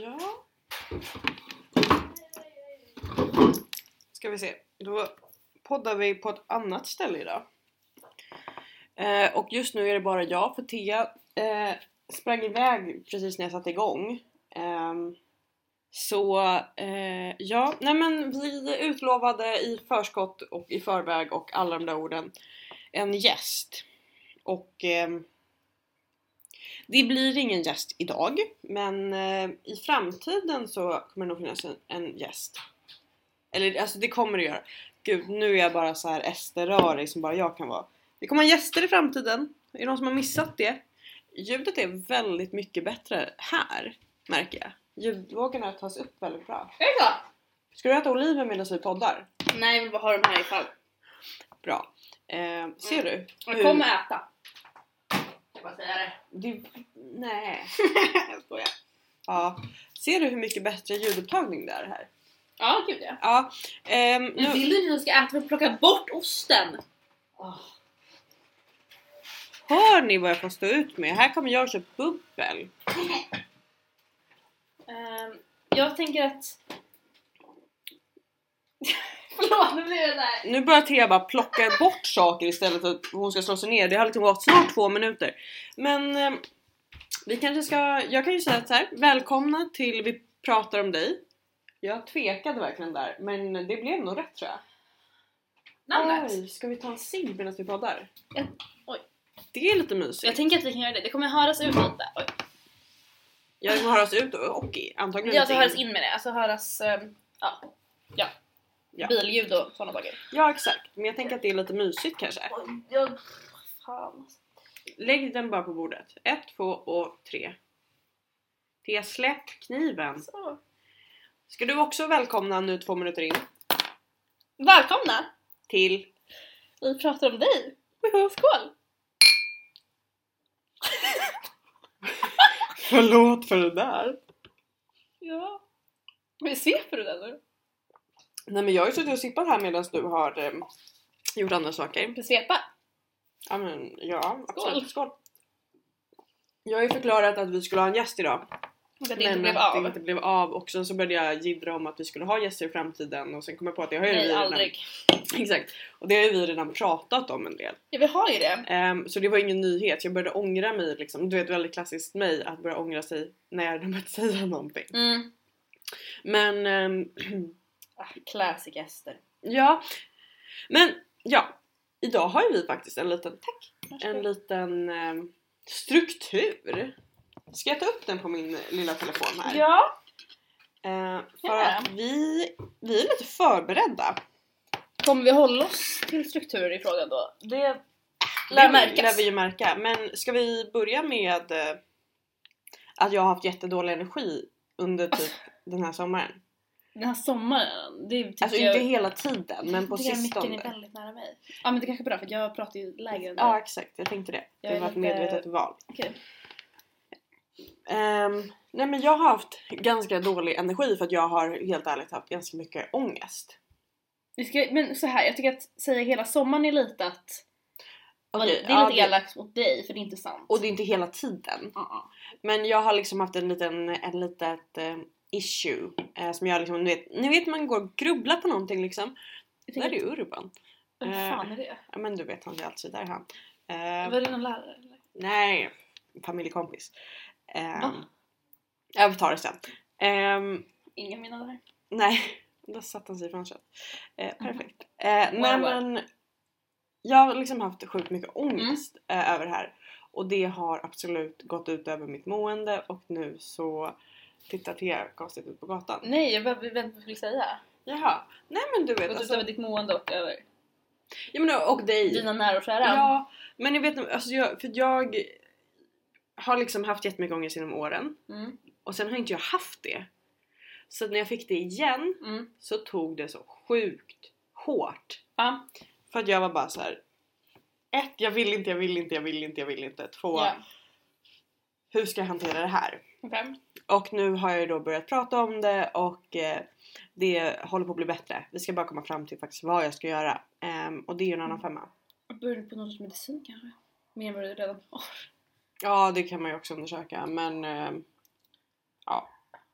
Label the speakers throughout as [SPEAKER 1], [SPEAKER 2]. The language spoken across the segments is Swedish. [SPEAKER 1] Ja. Ska vi se. Då poddar vi på ett annat ställe idag. Eh, och just nu är det bara jag för Thea eh, sprang iväg precis när jag satte igång. Ehm, så eh, ja, nej men vi utlovade i förskott och i förväg och alla de där orden en gäst. Och ehm, det blir ingen gäst idag, men eh, i framtiden så kommer det nog finnas en, en gäst. Eller alltså det kommer det göra. Gud, nu är jag bara så här esterörig som bara jag kan vara. Det kommer ha gäster i framtiden. Är det någon som har missat det? Ljudet är väldigt mycket bättre här, märker jag. Ljudvågorna tas upp väldigt bra.
[SPEAKER 2] Är det så?
[SPEAKER 1] Ska du äta oliver medan vi poddar?
[SPEAKER 2] Nej, jag vill bara ha dem här ifall.
[SPEAKER 1] Bra. Eh, ser du?
[SPEAKER 2] Jag
[SPEAKER 1] hur-
[SPEAKER 2] kommer äta. Jag bara säga det.
[SPEAKER 1] Det, nej.
[SPEAKER 2] Jag skojar.
[SPEAKER 1] Ja. Ser du hur mycket bättre ljudupptagning det är här?
[SPEAKER 2] Ja, gud ja.
[SPEAKER 1] Ja. ehm,
[SPEAKER 2] Men
[SPEAKER 1] nu,
[SPEAKER 2] vill du inte att jag ska äta för att plocka bort osten?
[SPEAKER 1] hör ni vad jag får stå ut med? Här kommer jag och köpa bubbel.
[SPEAKER 2] Ehm, jag tänker att... Förlåt, nu blir det där.
[SPEAKER 1] Nu börjar Thea bara plocka bort saker istället för att hon ska slå sig ner. Det har liksom gått snart två minuter. Men ehm, vi kanske ska... Jag kan ju säga så här. Välkomna till Vi pratar om dig. Jag tvekade verkligen där, men det blev nog rätt tror jag.
[SPEAKER 2] Namnet.
[SPEAKER 1] Oj, ska vi ta en cigg medan vi poddar?
[SPEAKER 2] Ja, oj.
[SPEAKER 1] Det är lite mysigt.
[SPEAKER 2] Jag tänker att vi kan göra det. Det kommer höras ut lite. Oj.
[SPEAKER 1] Jag kommer höras ut och, och i- antagligen
[SPEAKER 2] Ja, alltså
[SPEAKER 1] inte
[SPEAKER 2] höras in med det. Alltså höras... ehm, ja. Ja.
[SPEAKER 1] Ja.
[SPEAKER 2] Billjud och sådana saker.
[SPEAKER 1] Ja exakt, men jag tänker att det är lite mysigt kanske.
[SPEAKER 2] Oj, jag... Fan.
[SPEAKER 1] Lägg den bara på bordet. Ett, två och tre. Thea, släpp kniven.
[SPEAKER 2] Så.
[SPEAKER 1] Ska du också välkomna nu två minuter in
[SPEAKER 2] Välkomna!
[SPEAKER 1] till...
[SPEAKER 2] Vi pratar om dig. Woho, Skål!
[SPEAKER 1] Förlåt för det där.
[SPEAKER 2] Ja. Men sveper du den nu?
[SPEAKER 1] Nej men jag har ju suttit och sippat här medan du har eh, gjort andra saker.
[SPEAKER 2] Du svepa?
[SPEAKER 1] Ja men ja, absolut. Skål. Jag har ju förklarat att vi skulle ha en gäst idag.
[SPEAKER 2] Och att det inte blev
[SPEAKER 1] att
[SPEAKER 2] av?
[SPEAKER 1] det inte blev av och sen så började jag jiddra om att vi skulle ha gäster i framtiden och sen kom jag på att det har ju vi
[SPEAKER 2] Nej,
[SPEAKER 1] redan-
[SPEAKER 2] aldrig.
[SPEAKER 1] Exakt. Och det har ju vi redan pratat om en del.
[SPEAKER 2] Ja, vi har ju det.
[SPEAKER 1] Ehm, så det var ingen nyhet, jag började ångra mig liksom. Du vet väldigt klassiskt mig att börja ångra sig när de börjat säga någonting.
[SPEAKER 2] Mm.
[SPEAKER 1] Men ehm,
[SPEAKER 2] Ah, classic Ester.
[SPEAKER 1] ja. Men ja. Idag har ju vi faktiskt en liten, tack, en liten ehm, struktur. Ska jag ta upp den på min lilla telefon här?
[SPEAKER 2] Ja.
[SPEAKER 1] Eh, för
[SPEAKER 2] Ja.
[SPEAKER 1] att vi, vi är lite förberedda.
[SPEAKER 2] Kommer vi hålla oss till strukturer i frågan då? Det
[SPEAKER 1] Det
[SPEAKER 2] lär
[SPEAKER 1] lär
[SPEAKER 2] märkas.
[SPEAKER 1] vi ju märka. Men ska vi börja med eh, att jag har haft jättedålig energi under typ den här sommaren?
[SPEAKER 2] Den här sommaren, det tycker
[SPEAKER 1] Alltså
[SPEAKER 2] jag...
[SPEAKER 1] inte hela tiden men på
[SPEAKER 2] tycker jag micken är
[SPEAKER 1] sistone.
[SPEAKER 2] väldigt nära mig. Ja men det kanske är bra för jag pratar ju lägre än
[SPEAKER 1] Ja
[SPEAKER 2] dig.
[SPEAKER 1] exakt, jag tänkte det.
[SPEAKER 2] Jag
[SPEAKER 1] Det
[SPEAKER 2] är
[SPEAKER 1] var ett
[SPEAKER 2] lite-
[SPEAKER 1] medvetet val.
[SPEAKER 2] Okej.
[SPEAKER 1] Ehm, nej men jag har haft ganska dålig energi för att jag har helt ärligt haft ganska mycket ångest.
[SPEAKER 2] Vi ska, men så här, jag tycker att säga hela sommaren är lite att...
[SPEAKER 1] Okej,
[SPEAKER 2] det är
[SPEAKER 1] ja,
[SPEAKER 2] lite elakt mot dig för det är inte sant.
[SPEAKER 1] Och det är inte hela tiden.
[SPEAKER 2] Ja.
[SPEAKER 1] Men jag har liksom haft en liten, en litet eh, issue. Eh, som jag liksom, ni vet, ni vet man går och grubblar på någonting liksom.
[SPEAKER 2] Jag
[SPEAKER 1] Där är
[SPEAKER 2] tänker-
[SPEAKER 1] ju Eh, Urban.
[SPEAKER 2] Vem fan är det?
[SPEAKER 1] Ja men du vet han är alltid där han. Eh,
[SPEAKER 2] Var det någon lärare eller?
[SPEAKER 1] nej, familjekompis. Eh,
[SPEAKER 2] Va?
[SPEAKER 1] jag tar det sen. Ehm,
[SPEAKER 2] Ingen mina lärare.
[SPEAKER 1] nej, då satte han sig i fönstret. Eh, perfekt. Eh, nej
[SPEAKER 2] Mhm. Wow, Mm. wow.
[SPEAKER 1] men jag har liksom haft sjukt mycket ångest eh, över det här. Och det har absolut gått ut över mitt mående och nu så tittar Thea konstigt ut på gatan.
[SPEAKER 2] Nej, jag bara väntar på vad du skulle säga.
[SPEAKER 1] Jaha, nej men du
[SPEAKER 2] Gått
[SPEAKER 1] vet
[SPEAKER 2] ut
[SPEAKER 1] alltså.
[SPEAKER 2] över ditt mående och över
[SPEAKER 1] Ja, men, och dig.
[SPEAKER 2] dina nära och kära.
[SPEAKER 1] Ja, men ni vet alltså jag, för jag har liksom haft jättemycket ångest genom åren
[SPEAKER 2] Mm.
[SPEAKER 1] och sen har inte jag haft det. Så att när jag fick det igen
[SPEAKER 2] Mm.
[SPEAKER 1] så tog det så sjukt hårt.
[SPEAKER 2] Ja.
[SPEAKER 1] För att jag var bara så här. Ett, jag vill inte, jag vill inte, jag vill inte, jag vill inte. Två,
[SPEAKER 2] ja.
[SPEAKER 1] hur ska jag hantera det här?
[SPEAKER 2] Okej.
[SPEAKER 1] Och nu har jag ju då börjat prata om det och eh, det håller på att bli bättre. Vi ska bara komma fram till faktiskt vad jag ska göra. Ehm, och det är ju en annan femma.
[SPEAKER 2] Börjar du på något medicin kanske? Mer än vad du redan har.
[SPEAKER 1] Ja, det kan man ju också undersöka men ehm, ja.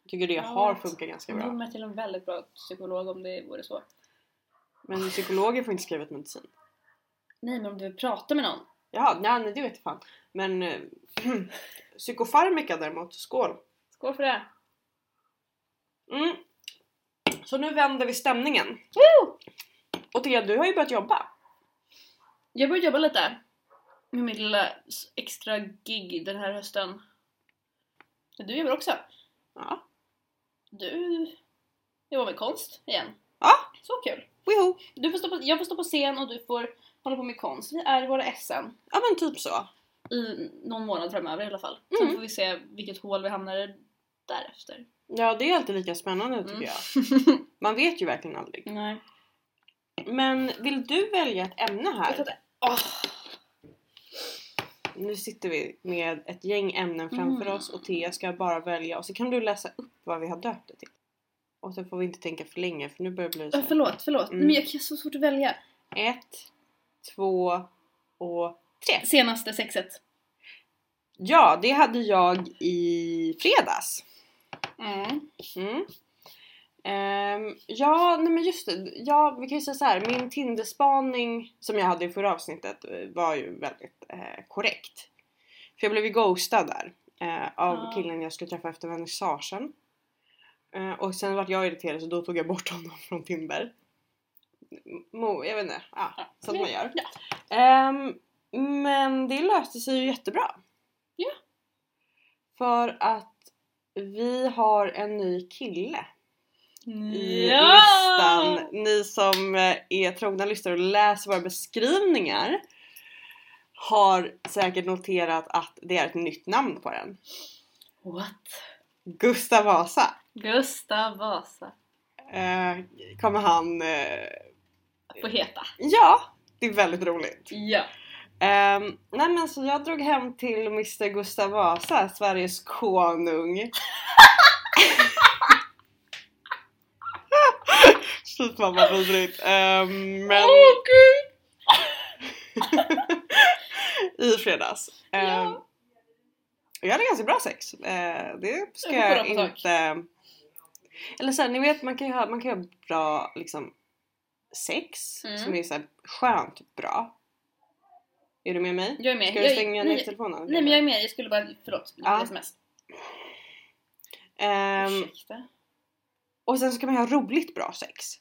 [SPEAKER 1] Tycker det
[SPEAKER 2] Ja,
[SPEAKER 1] har
[SPEAKER 2] vet.
[SPEAKER 1] funkat ganska
[SPEAKER 2] Jag drog
[SPEAKER 1] bra.
[SPEAKER 2] mig till en väldigt bra psykolog om det vore så.
[SPEAKER 1] Men psykologer får inte skriva ut medicin.
[SPEAKER 2] Nej men om du vill prata med någon.
[SPEAKER 1] Jaha, nej, nej det vet jag fan. Men eh, psykofarmika däremot, skål!
[SPEAKER 2] Skål för det!
[SPEAKER 1] Mm. Så nu vänder vi stämningen. Och Thea, du har ju börjat jobba.
[SPEAKER 2] Jag började jobba lite med mitt lilla s- extra gig den här hösten. Men Du jobbar också.
[SPEAKER 1] Ja.
[SPEAKER 2] Du jobbar med konst igen.
[SPEAKER 1] Ja.
[SPEAKER 2] Så kul!
[SPEAKER 1] Woho!
[SPEAKER 2] Du får stå på, jag får stå på scen och du får hålla på med konst. Vi är i våra SN
[SPEAKER 1] Ja men typ så.
[SPEAKER 2] i någon månad framöver i alla fall. Sen
[SPEAKER 1] Mm.
[SPEAKER 2] får vi se vilket hål vi hamnar i därefter.
[SPEAKER 1] Ja det är alltid lika spännande tycker
[SPEAKER 2] Mm.
[SPEAKER 1] jag. Man vet ju verkligen aldrig.
[SPEAKER 2] Nej.
[SPEAKER 1] Men vill du välja ett ämne
[SPEAKER 2] Jag
[SPEAKER 1] här?
[SPEAKER 2] tror att- Åh.
[SPEAKER 1] Nu sitter vi med ett gäng ämnen framför
[SPEAKER 2] Mm.
[SPEAKER 1] oss och Thea ska bara välja och så kan du läsa upp vad vi har döpt det till. Och så får vi inte tänka för länge för nu börjar det bli så
[SPEAKER 2] Äh,
[SPEAKER 1] här.
[SPEAKER 2] Förlåt, förlåt.
[SPEAKER 1] Mm.
[SPEAKER 2] Men jag jag har så svårt att välja.
[SPEAKER 1] Ett, två och tre.
[SPEAKER 2] Senaste sexet.
[SPEAKER 1] Ja, det hade jag i fredags.
[SPEAKER 2] Mm.
[SPEAKER 1] Mm. Ehm, ja, nej men just det. Ja, vi kan ju säga så här. Min Tinderspaning som jag hade i förra avsnittet eh, var ju väldigt eh, korrekt. För jag blev ju ghostad där eh, av
[SPEAKER 2] Ja.
[SPEAKER 1] killen jag skulle träffa efter vernissagen. Eh, och sen vart jag irriterad så då tog jag bort honom från Tinder. Mo, jag vet inte. Ja,
[SPEAKER 2] Ja.
[SPEAKER 1] sånt man gör.
[SPEAKER 2] Ja.
[SPEAKER 1] Ehm, men det löste sig ju jättebra.
[SPEAKER 2] Ja.
[SPEAKER 1] För att vi har en ny kille
[SPEAKER 2] Mm.
[SPEAKER 1] i listan. Ni som eh, är trogna lyssnare och läser våra beskrivningar har säkert noterat att det är ett nytt namn på den.
[SPEAKER 2] What?
[SPEAKER 1] Gustav Vasa
[SPEAKER 2] Gustav Vasa.
[SPEAKER 1] eh, kommer han... Eh,
[SPEAKER 2] Får heta.
[SPEAKER 1] ja, det är väldigt roligt.
[SPEAKER 2] Ja.
[SPEAKER 1] Ehm, nej men så jag drog hem till Mr Gustav Vasa, Sveriges konung. Fy fan vad vidrigt. Ehm, men
[SPEAKER 2] gud!
[SPEAKER 1] i fredags. Ehm,
[SPEAKER 2] Ja.
[SPEAKER 1] Jag hade ganska bra sex. Eh, det ska
[SPEAKER 2] Jag
[SPEAKER 1] jag
[SPEAKER 2] får kolla på
[SPEAKER 1] inte... Eller såhär, ni vet man kan ju ha, man kan ju ha bra liksom sex
[SPEAKER 2] Mm.
[SPEAKER 1] som är såhär skönt bra. Är du med mig?
[SPEAKER 2] Jag är med.
[SPEAKER 1] Ska
[SPEAKER 2] jag,
[SPEAKER 1] du stänga
[SPEAKER 2] nej,
[SPEAKER 1] ner telefonen?
[SPEAKER 2] nej men jag är med, jag skulle bara... Förlåt.
[SPEAKER 1] Ja.
[SPEAKER 2] Sms.
[SPEAKER 1] Ehm,
[SPEAKER 2] Ursäkta.
[SPEAKER 1] och sen ska man ha roligt bra sex.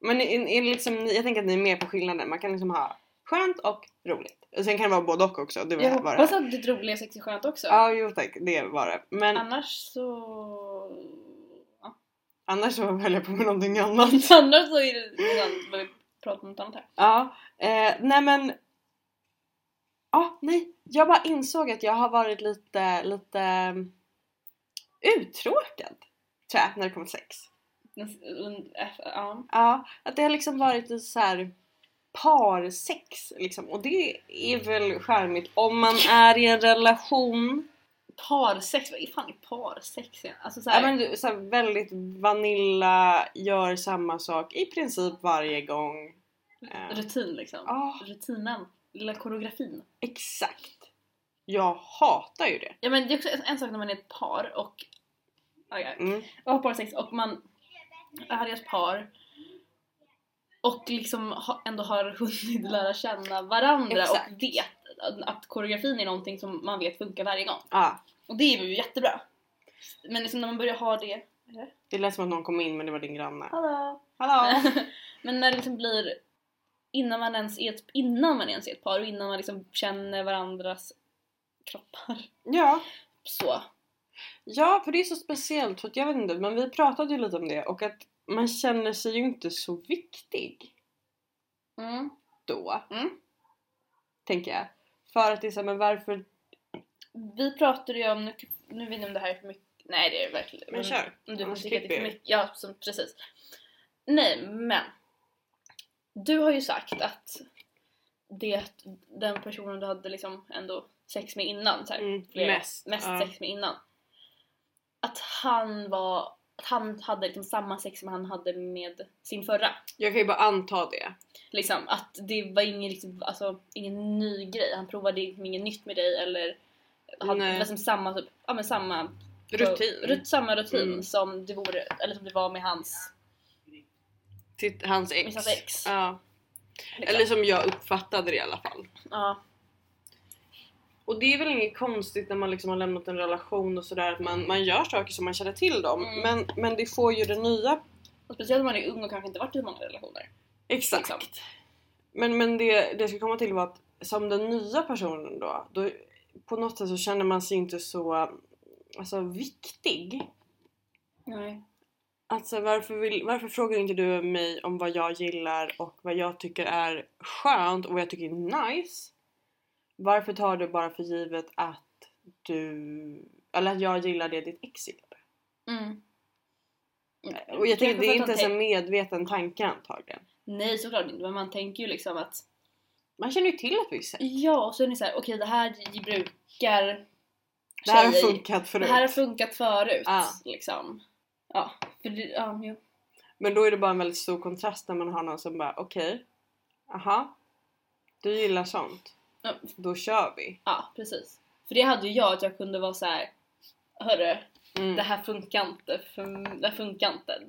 [SPEAKER 1] Men är, är liksom, jag tänker att ni är med på skillnaden. Man kan liksom ha skönt och roligt. Och sen kan det vara både och också. Det var,
[SPEAKER 2] Jag
[SPEAKER 1] var
[SPEAKER 2] hoppas
[SPEAKER 1] det.
[SPEAKER 2] att ditt roliga sex är skönt också.
[SPEAKER 1] Ja, jo tack. Det var det. Men
[SPEAKER 2] Annars så... Ja.
[SPEAKER 1] annars så höll jag på med någonting annat.
[SPEAKER 2] Annars så är det... Redan börjat prata om något annat här.
[SPEAKER 1] Ja, eh, nej men... Ja, nej. Jag bara insåg att jag har varit lite, lite mm, uttråkad. Tror jag, när det kommer till sex.
[SPEAKER 2] Den- und- äh, Ja.
[SPEAKER 1] Ja, att det har liksom varit i så här parsex liksom. Och det är väl charmigt om man är i en relation.
[SPEAKER 2] Parsex, vad fan är parsex igen? Alltså
[SPEAKER 1] Ja,
[SPEAKER 2] såhär...
[SPEAKER 1] men du, så här, väldigt vanilla, gör samma sak i princip varje gång. Eh,
[SPEAKER 2] Rutin liksom.
[SPEAKER 1] Ja,
[SPEAKER 2] Rutinen. Lilla koreografin.
[SPEAKER 1] exakt. Jag hatar ju det.
[SPEAKER 2] Ja men det är också en sak när man är ett par och... Ja, ja.
[SPEAKER 1] Mm.
[SPEAKER 2] Jag har parsex och man är ett par och liksom ha, ändå har hunnit lära känna varandra
[SPEAKER 1] Exakt.
[SPEAKER 2] och vet att- att koreografin är någonting som man vet funkar varje gång.
[SPEAKER 1] Ja,
[SPEAKER 2] Och det är ju jättebra. Men liksom när man börjar ha det...
[SPEAKER 1] det lät som att någon kom in men det var din granne.
[SPEAKER 2] Hallå!
[SPEAKER 1] Hallå!
[SPEAKER 2] Men när det liksom blir innan man ens är ett, innan man ens är ett par och innan man liksom känner varandras kroppar
[SPEAKER 1] Ja,
[SPEAKER 2] så.
[SPEAKER 1] ja för det är så speciellt för att jag vet inte men vi pratade ju lite om det och att man känner sig ju inte så viktig.
[SPEAKER 2] Mm.
[SPEAKER 1] då.
[SPEAKER 2] Mm.
[SPEAKER 1] Tänker jag. För att det är så här, men varför...
[SPEAKER 2] Vi pratade ju om, nu, typ- nu vet jag om det här är för mycket, nej det är det verkligen
[SPEAKER 1] Men kör.
[SPEAKER 2] Om du
[SPEAKER 1] Annars
[SPEAKER 2] tycker att det är
[SPEAKER 1] klipper
[SPEAKER 2] för
[SPEAKER 1] jag.
[SPEAKER 2] mycket, ja som, precis. Nej men. Du har ju sagt att det den personen du hade liksom ändå sex med innan, så här,
[SPEAKER 1] Mm,
[SPEAKER 2] flera-
[SPEAKER 1] mest,
[SPEAKER 2] mest
[SPEAKER 1] ja.
[SPEAKER 2] sex med innan. Att han var, att han hade liksom samma sex som han hade med sin förra.
[SPEAKER 1] Jag kan ju bara anta det.
[SPEAKER 2] Liksom att det var ingen, liksom, alltså, ingen ny grej, han provade liksom inget nytt med dig eller hade
[SPEAKER 1] Nej.
[SPEAKER 2] liksom samma typ, ja men samma
[SPEAKER 1] Rutin.
[SPEAKER 2] rut, samma rutin
[SPEAKER 1] Mm.
[SPEAKER 2] som, det vore, eller som det var med hans...
[SPEAKER 1] Till hans ex.
[SPEAKER 2] Med hans ex.
[SPEAKER 1] Ja.
[SPEAKER 2] liksom.
[SPEAKER 1] Eller som jag uppfattade det i alla fall.
[SPEAKER 2] ja,
[SPEAKER 1] Och det är väl inget konstigt när man liksom har lämnat en relation och sådär att man, man gör saker som man känner till dem.
[SPEAKER 2] Mm.
[SPEAKER 1] Men, men det får ju det nya.
[SPEAKER 2] och speciellt om man är ung och kanske inte varit i många relationer.
[SPEAKER 1] Exakt.
[SPEAKER 2] Liksom.
[SPEAKER 1] Men, men det, det jag ska komma till var att som den nya personen då, då på något sätt så känner man sig inte så alltså, viktig.
[SPEAKER 2] Nej.
[SPEAKER 1] Alltså varför, vill, varför frågar inte du mig om vad jag gillar och vad jag tycker är skönt och vad jag tycker är nice? Varför tar du bara för givet att du, eller att jag gillar det ditt ex gillar?
[SPEAKER 2] Mm.
[SPEAKER 1] Och jag tänker det är
[SPEAKER 2] Kanske
[SPEAKER 1] inte
[SPEAKER 2] för att
[SPEAKER 1] ens en
[SPEAKER 2] man
[SPEAKER 1] medveten tanke antagligen.
[SPEAKER 2] tän- Nej såklart inte, men man tänker ju liksom att
[SPEAKER 1] Man känner ju till ett visst sätt.
[SPEAKER 2] Ja, och så är ni såhär, okej det här brukar
[SPEAKER 1] Det här har
[SPEAKER 2] tjejer-
[SPEAKER 1] funkat förut.
[SPEAKER 2] Det här har funkat förut.
[SPEAKER 1] Ja.
[SPEAKER 2] Liksom. Ja, för det, ja, jo.
[SPEAKER 1] Men då är det bara en väldigt stor kontrast när man har någon som bara okej, aha, du gillar sånt.
[SPEAKER 2] Ja.
[SPEAKER 1] Då kör vi.
[SPEAKER 2] ja, precis. För det hade ju jag, att jag kunde vara så här. Hörru,
[SPEAKER 1] Mm.
[SPEAKER 2] det här funkar inte. För, det här funkar inte.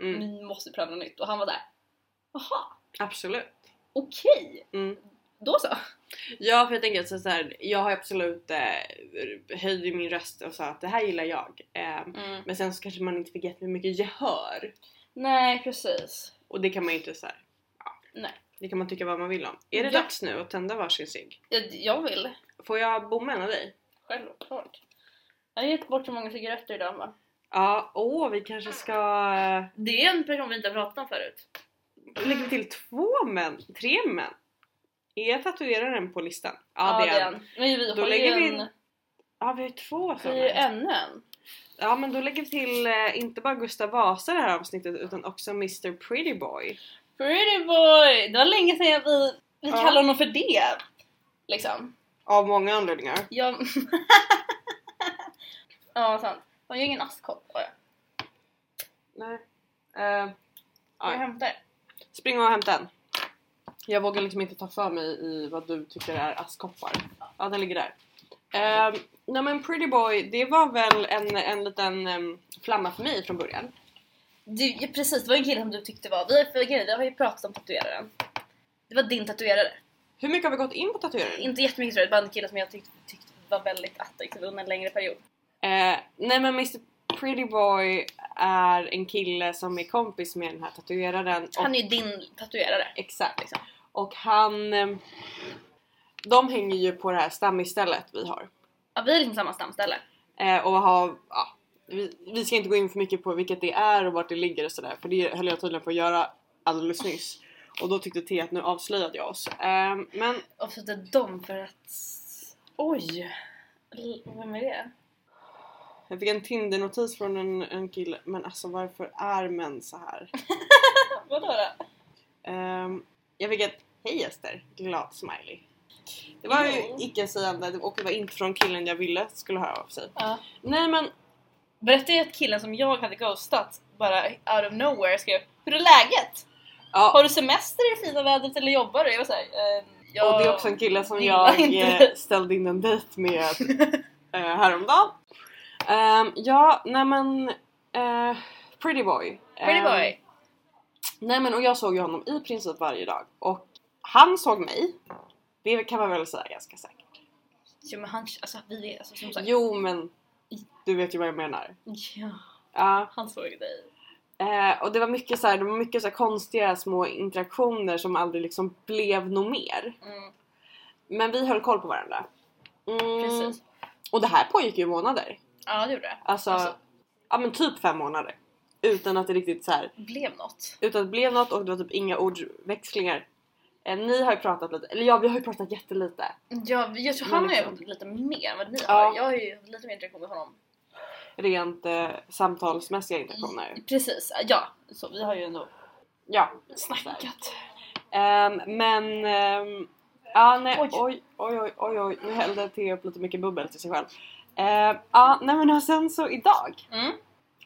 [SPEAKER 1] Mm.
[SPEAKER 2] Ni måste pröva något nytt. Och han var där. Jaha,
[SPEAKER 1] Absolut.
[SPEAKER 2] okej.
[SPEAKER 1] Mm.
[SPEAKER 2] Då så.
[SPEAKER 1] Ja för jag tänker att så så här, jag har absolut eh, höjde min röst och sa att det här gillar jag. Eh, men sen så kanske man inte fick jättemycket mycket gehör.
[SPEAKER 2] Nej, precis.
[SPEAKER 1] Och det kan man ju inte så här, ja.
[SPEAKER 2] Nej.
[SPEAKER 1] Det kan man tycka vad man vill om. Är det
[SPEAKER 2] Ja.
[SPEAKER 1] dags nu att tända varsin cigg?
[SPEAKER 2] Jag, jag vill.
[SPEAKER 1] Får jag bomma en av dig?
[SPEAKER 2] Självklart. Jag har gett bort så många cigaretter idag va?
[SPEAKER 1] Ja, åh vi kanske ska... eh,
[SPEAKER 2] Det är en person vi inte har pratat om förut.
[SPEAKER 1] Lägger vi till två män? Tre män? Är tatueraren på listan?
[SPEAKER 2] Ja, det är
[SPEAKER 1] han.
[SPEAKER 2] han. Men vi
[SPEAKER 1] Då
[SPEAKER 2] har ju
[SPEAKER 1] lägger vi
[SPEAKER 2] en...
[SPEAKER 1] in- Ja vi har ju två
[SPEAKER 2] Det är ju
[SPEAKER 1] sådana.
[SPEAKER 2] ännu en.
[SPEAKER 1] Ja men då lägger vi till eh, inte bara Gustav Vasa i det här avsnittet utan också Mr Pretty Boy.
[SPEAKER 2] Pretty boy! Det var länge sedan jag- vi, vi
[SPEAKER 1] Ja.
[SPEAKER 2] kallade honom för det. Liksom.
[SPEAKER 1] Av många anledningar.
[SPEAKER 2] Jag... ja, sant. Har jag ingen askkopp? Har jag?
[SPEAKER 1] Nej. Eh,
[SPEAKER 2] Får jag
[SPEAKER 1] ja.
[SPEAKER 2] hämta det?
[SPEAKER 1] Spring och hämta en. Jag vågar liksom inte ta för mig i vad du tycker är askkoppar. Ja den ligger där. Eh, nej men Pretty Boy det var väl en, en liten em, flamma för mig från början.
[SPEAKER 2] Du, ja, precis, det var en kille som du tyckte var... Vi, för, grejen, vi har ju pratat om tatueraren. Det var din tatuerare.
[SPEAKER 1] Hur mycket har vi gått in på tatueringar?
[SPEAKER 2] Inte jättemycket tror jag, det var en kille som jag tyckte, tyckte var väldigt attraktiv under en längre period.
[SPEAKER 1] Eh, nej men Mr Pretty Boy är en kille som är kompis med den här tatueraren. Och,
[SPEAKER 2] Han är ju din tatuerare.
[SPEAKER 1] Exakt.
[SPEAKER 2] liksom.
[SPEAKER 1] Och han... ehm, De hänger ju på det här stammisstället vi har.
[SPEAKER 2] Ja, vi är liksom samma stamställe.
[SPEAKER 1] Eh, och har... Ja, vi, vi ska inte gå in för mycket på vilket det är och vart det ligger och sådär. För det höll jag tydligen på att göra alldeles nyss. Och då tyckte T att nu avslöjade jag oss. Eh, men
[SPEAKER 2] Och så är dem för att... Oj! L- Vem är det?
[SPEAKER 1] jag fick en Tinder-notis från en, en kille. Men alltså varför är män så här?
[SPEAKER 2] Vadå då?
[SPEAKER 1] Ehm, jag fick ett Hej Ester! Glad smiley. Det var ju
[SPEAKER 2] Jo.
[SPEAKER 1] icke-sägande och det var inte från killen jag ville skulle höra av sig.
[SPEAKER 2] Ja.
[SPEAKER 1] Nej men
[SPEAKER 2] Berättade jag att killen som jag hade ghostat bara out of nowhere skrev Hur är läget?
[SPEAKER 1] ja,
[SPEAKER 2] Har du semester i det fina vädret eller jobbar du? Jag var såhär, eh, jag...
[SPEAKER 1] och det är också en kille som
[SPEAKER 2] gillar
[SPEAKER 1] jag
[SPEAKER 2] inte
[SPEAKER 1] eh, ställde in en dejt med eh, häromdagen. Ehm, ja, nej men eh, Pretty boy.
[SPEAKER 2] Pretty
[SPEAKER 1] Ehm,
[SPEAKER 2] boy!
[SPEAKER 1] Nej men och jag såg ju honom i princip varje dag och han såg mig. Det kan man väl säga ganska säkert.
[SPEAKER 2] Jo men han, alltså vi är alltså, som sagt...
[SPEAKER 1] Jo men du vet ju vad jag menar.
[SPEAKER 2] Ja,
[SPEAKER 1] Ja.
[SPEAKER 2] han såg dig.
[SPEAKER 1] Eh, och det var mycket så här, det var mycket så här konstiga små interaktioner som aldrig liksom blev något mer.
[SPEAKER 2] Mm,
[SPEAKER 1] Men vi höll koll på varandra. Mm.
[SPEAKER 2] precis.
[SPEAKER 1] Och det här pågick ju i månader.
[SPEAKER 2] Ja det gjorde det.
[SPEAKER 1] Alltså,
[SPEAKER 2] Alltså.
[SPEAKER 1] ja men typ fem månader. Utan att det riktigt så här,
[SPEAKER 2] Blev något.
[SPEAKER 1] utan att det blev något och det var typ inga ordväxlingar. Eh, ni har ju pratat lite, eller ja vi har ju pratat jättelite.
[SPEAKER 2] Ja, vi- jag tror
[SPEAKER 1] Men
[SPEAKER 2] han har ju
[SPEAKER 1] liksom-
[SPEAKER 2] fått lite mer än vad ni
[SPEAKER 1] Ja.
[SPEAKER 2] har. Jag har ju haft lite mer interaktion med honom.
[SPEAKER 1] Rent eh, samtalsmässiga
[SPEAKER 2] Mm.
[SPEAKER 1] interaktioner.
[SPEAKER 2] Precis, ja. Så vi har ju ändå
[SPEAKER 1] Ja.
[SPEAKER 2] snackat.
[SPEAKER 1] Ehm, men... ehm, ja, nej,
[SPEAKER 2] Oj.
[SPEAKER 1] oj. oj, oj, oj, oj. Nu hällde Theo upp lite mycket bubbel till sig själv. Ehm, ja, nej men och sen så idag
[SPEAKER 2] Mm.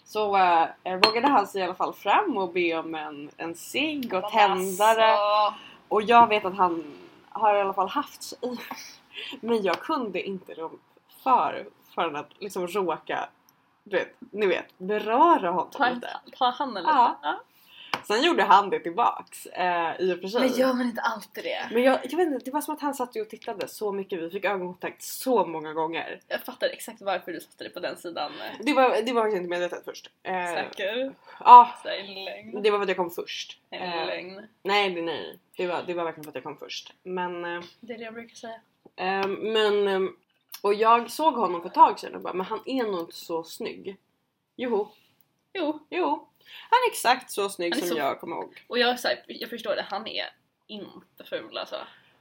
[SPEAKER 1] så eh, vågade han sig i alla fall fram och be om en, en cigg och tändare.
[SPEAKER 2] Alltså,
[SPEAKER 1] Och jag vet att han har i alla fall haft sig i. Men jag kunde inte dem för, för att liksom råka, du vet, ni vet, beröra
[SPEAKER 2] Ta,
[SPEAKER 1] honom lite.
[SPEAKER 2] ta handen lite.
[SPEAKER 1] Ja.
[SPEAKER 2] Ja.
[SPEAKER 1] Sen gjorde han det tillbaks eh, i och för sig.
[SPEAKER 2] Men gör man inte alltid det?
[SPEAKER 1] Men jag, jag vet inte, det var som att han satt ju och tittade så mycket, vi fick ögonkontakt så många gånger.
[SPEAKER 2] Jag fattar exakt varför du satte dig på den sidan. eh,
[SPEAKER 1] Det var, det var faktiskt inte medvetet först. Eh,
[SPEAKER 2] Säker.
[SPEAKER 1] Ja,
[SPEAKER 2] Så här, en lögn.
[SPEAKER 1] det var för att jag kom först.
[SPEAKER 2] En
[SPEAKER 1] Eh,
[SPEAKER 2] lögn.
[SPEAKER 1] nej, det- nej. Det var, det var verkligen för att jag kom först. Men, eh,
[SPEAKER 2] Det är det jag brukar säga.
[SPEAKER 1] eh, men eh, och jag såg honom för ett tag sedan och bara, men han är nog inte så snygg. Joho,
[SPEAKER 2] Jo,
[SPEAKER 1] jo. Han är exakt så snygg
[SPEAKER 2] Han är
[SPEAKER 1] som
[SPEAKER 2] så-
[SPEAKER 1] jag kommer ihåg.
[SPEAKER 2] och jag, är så här, jag förstår det. Han är inte ful alltså.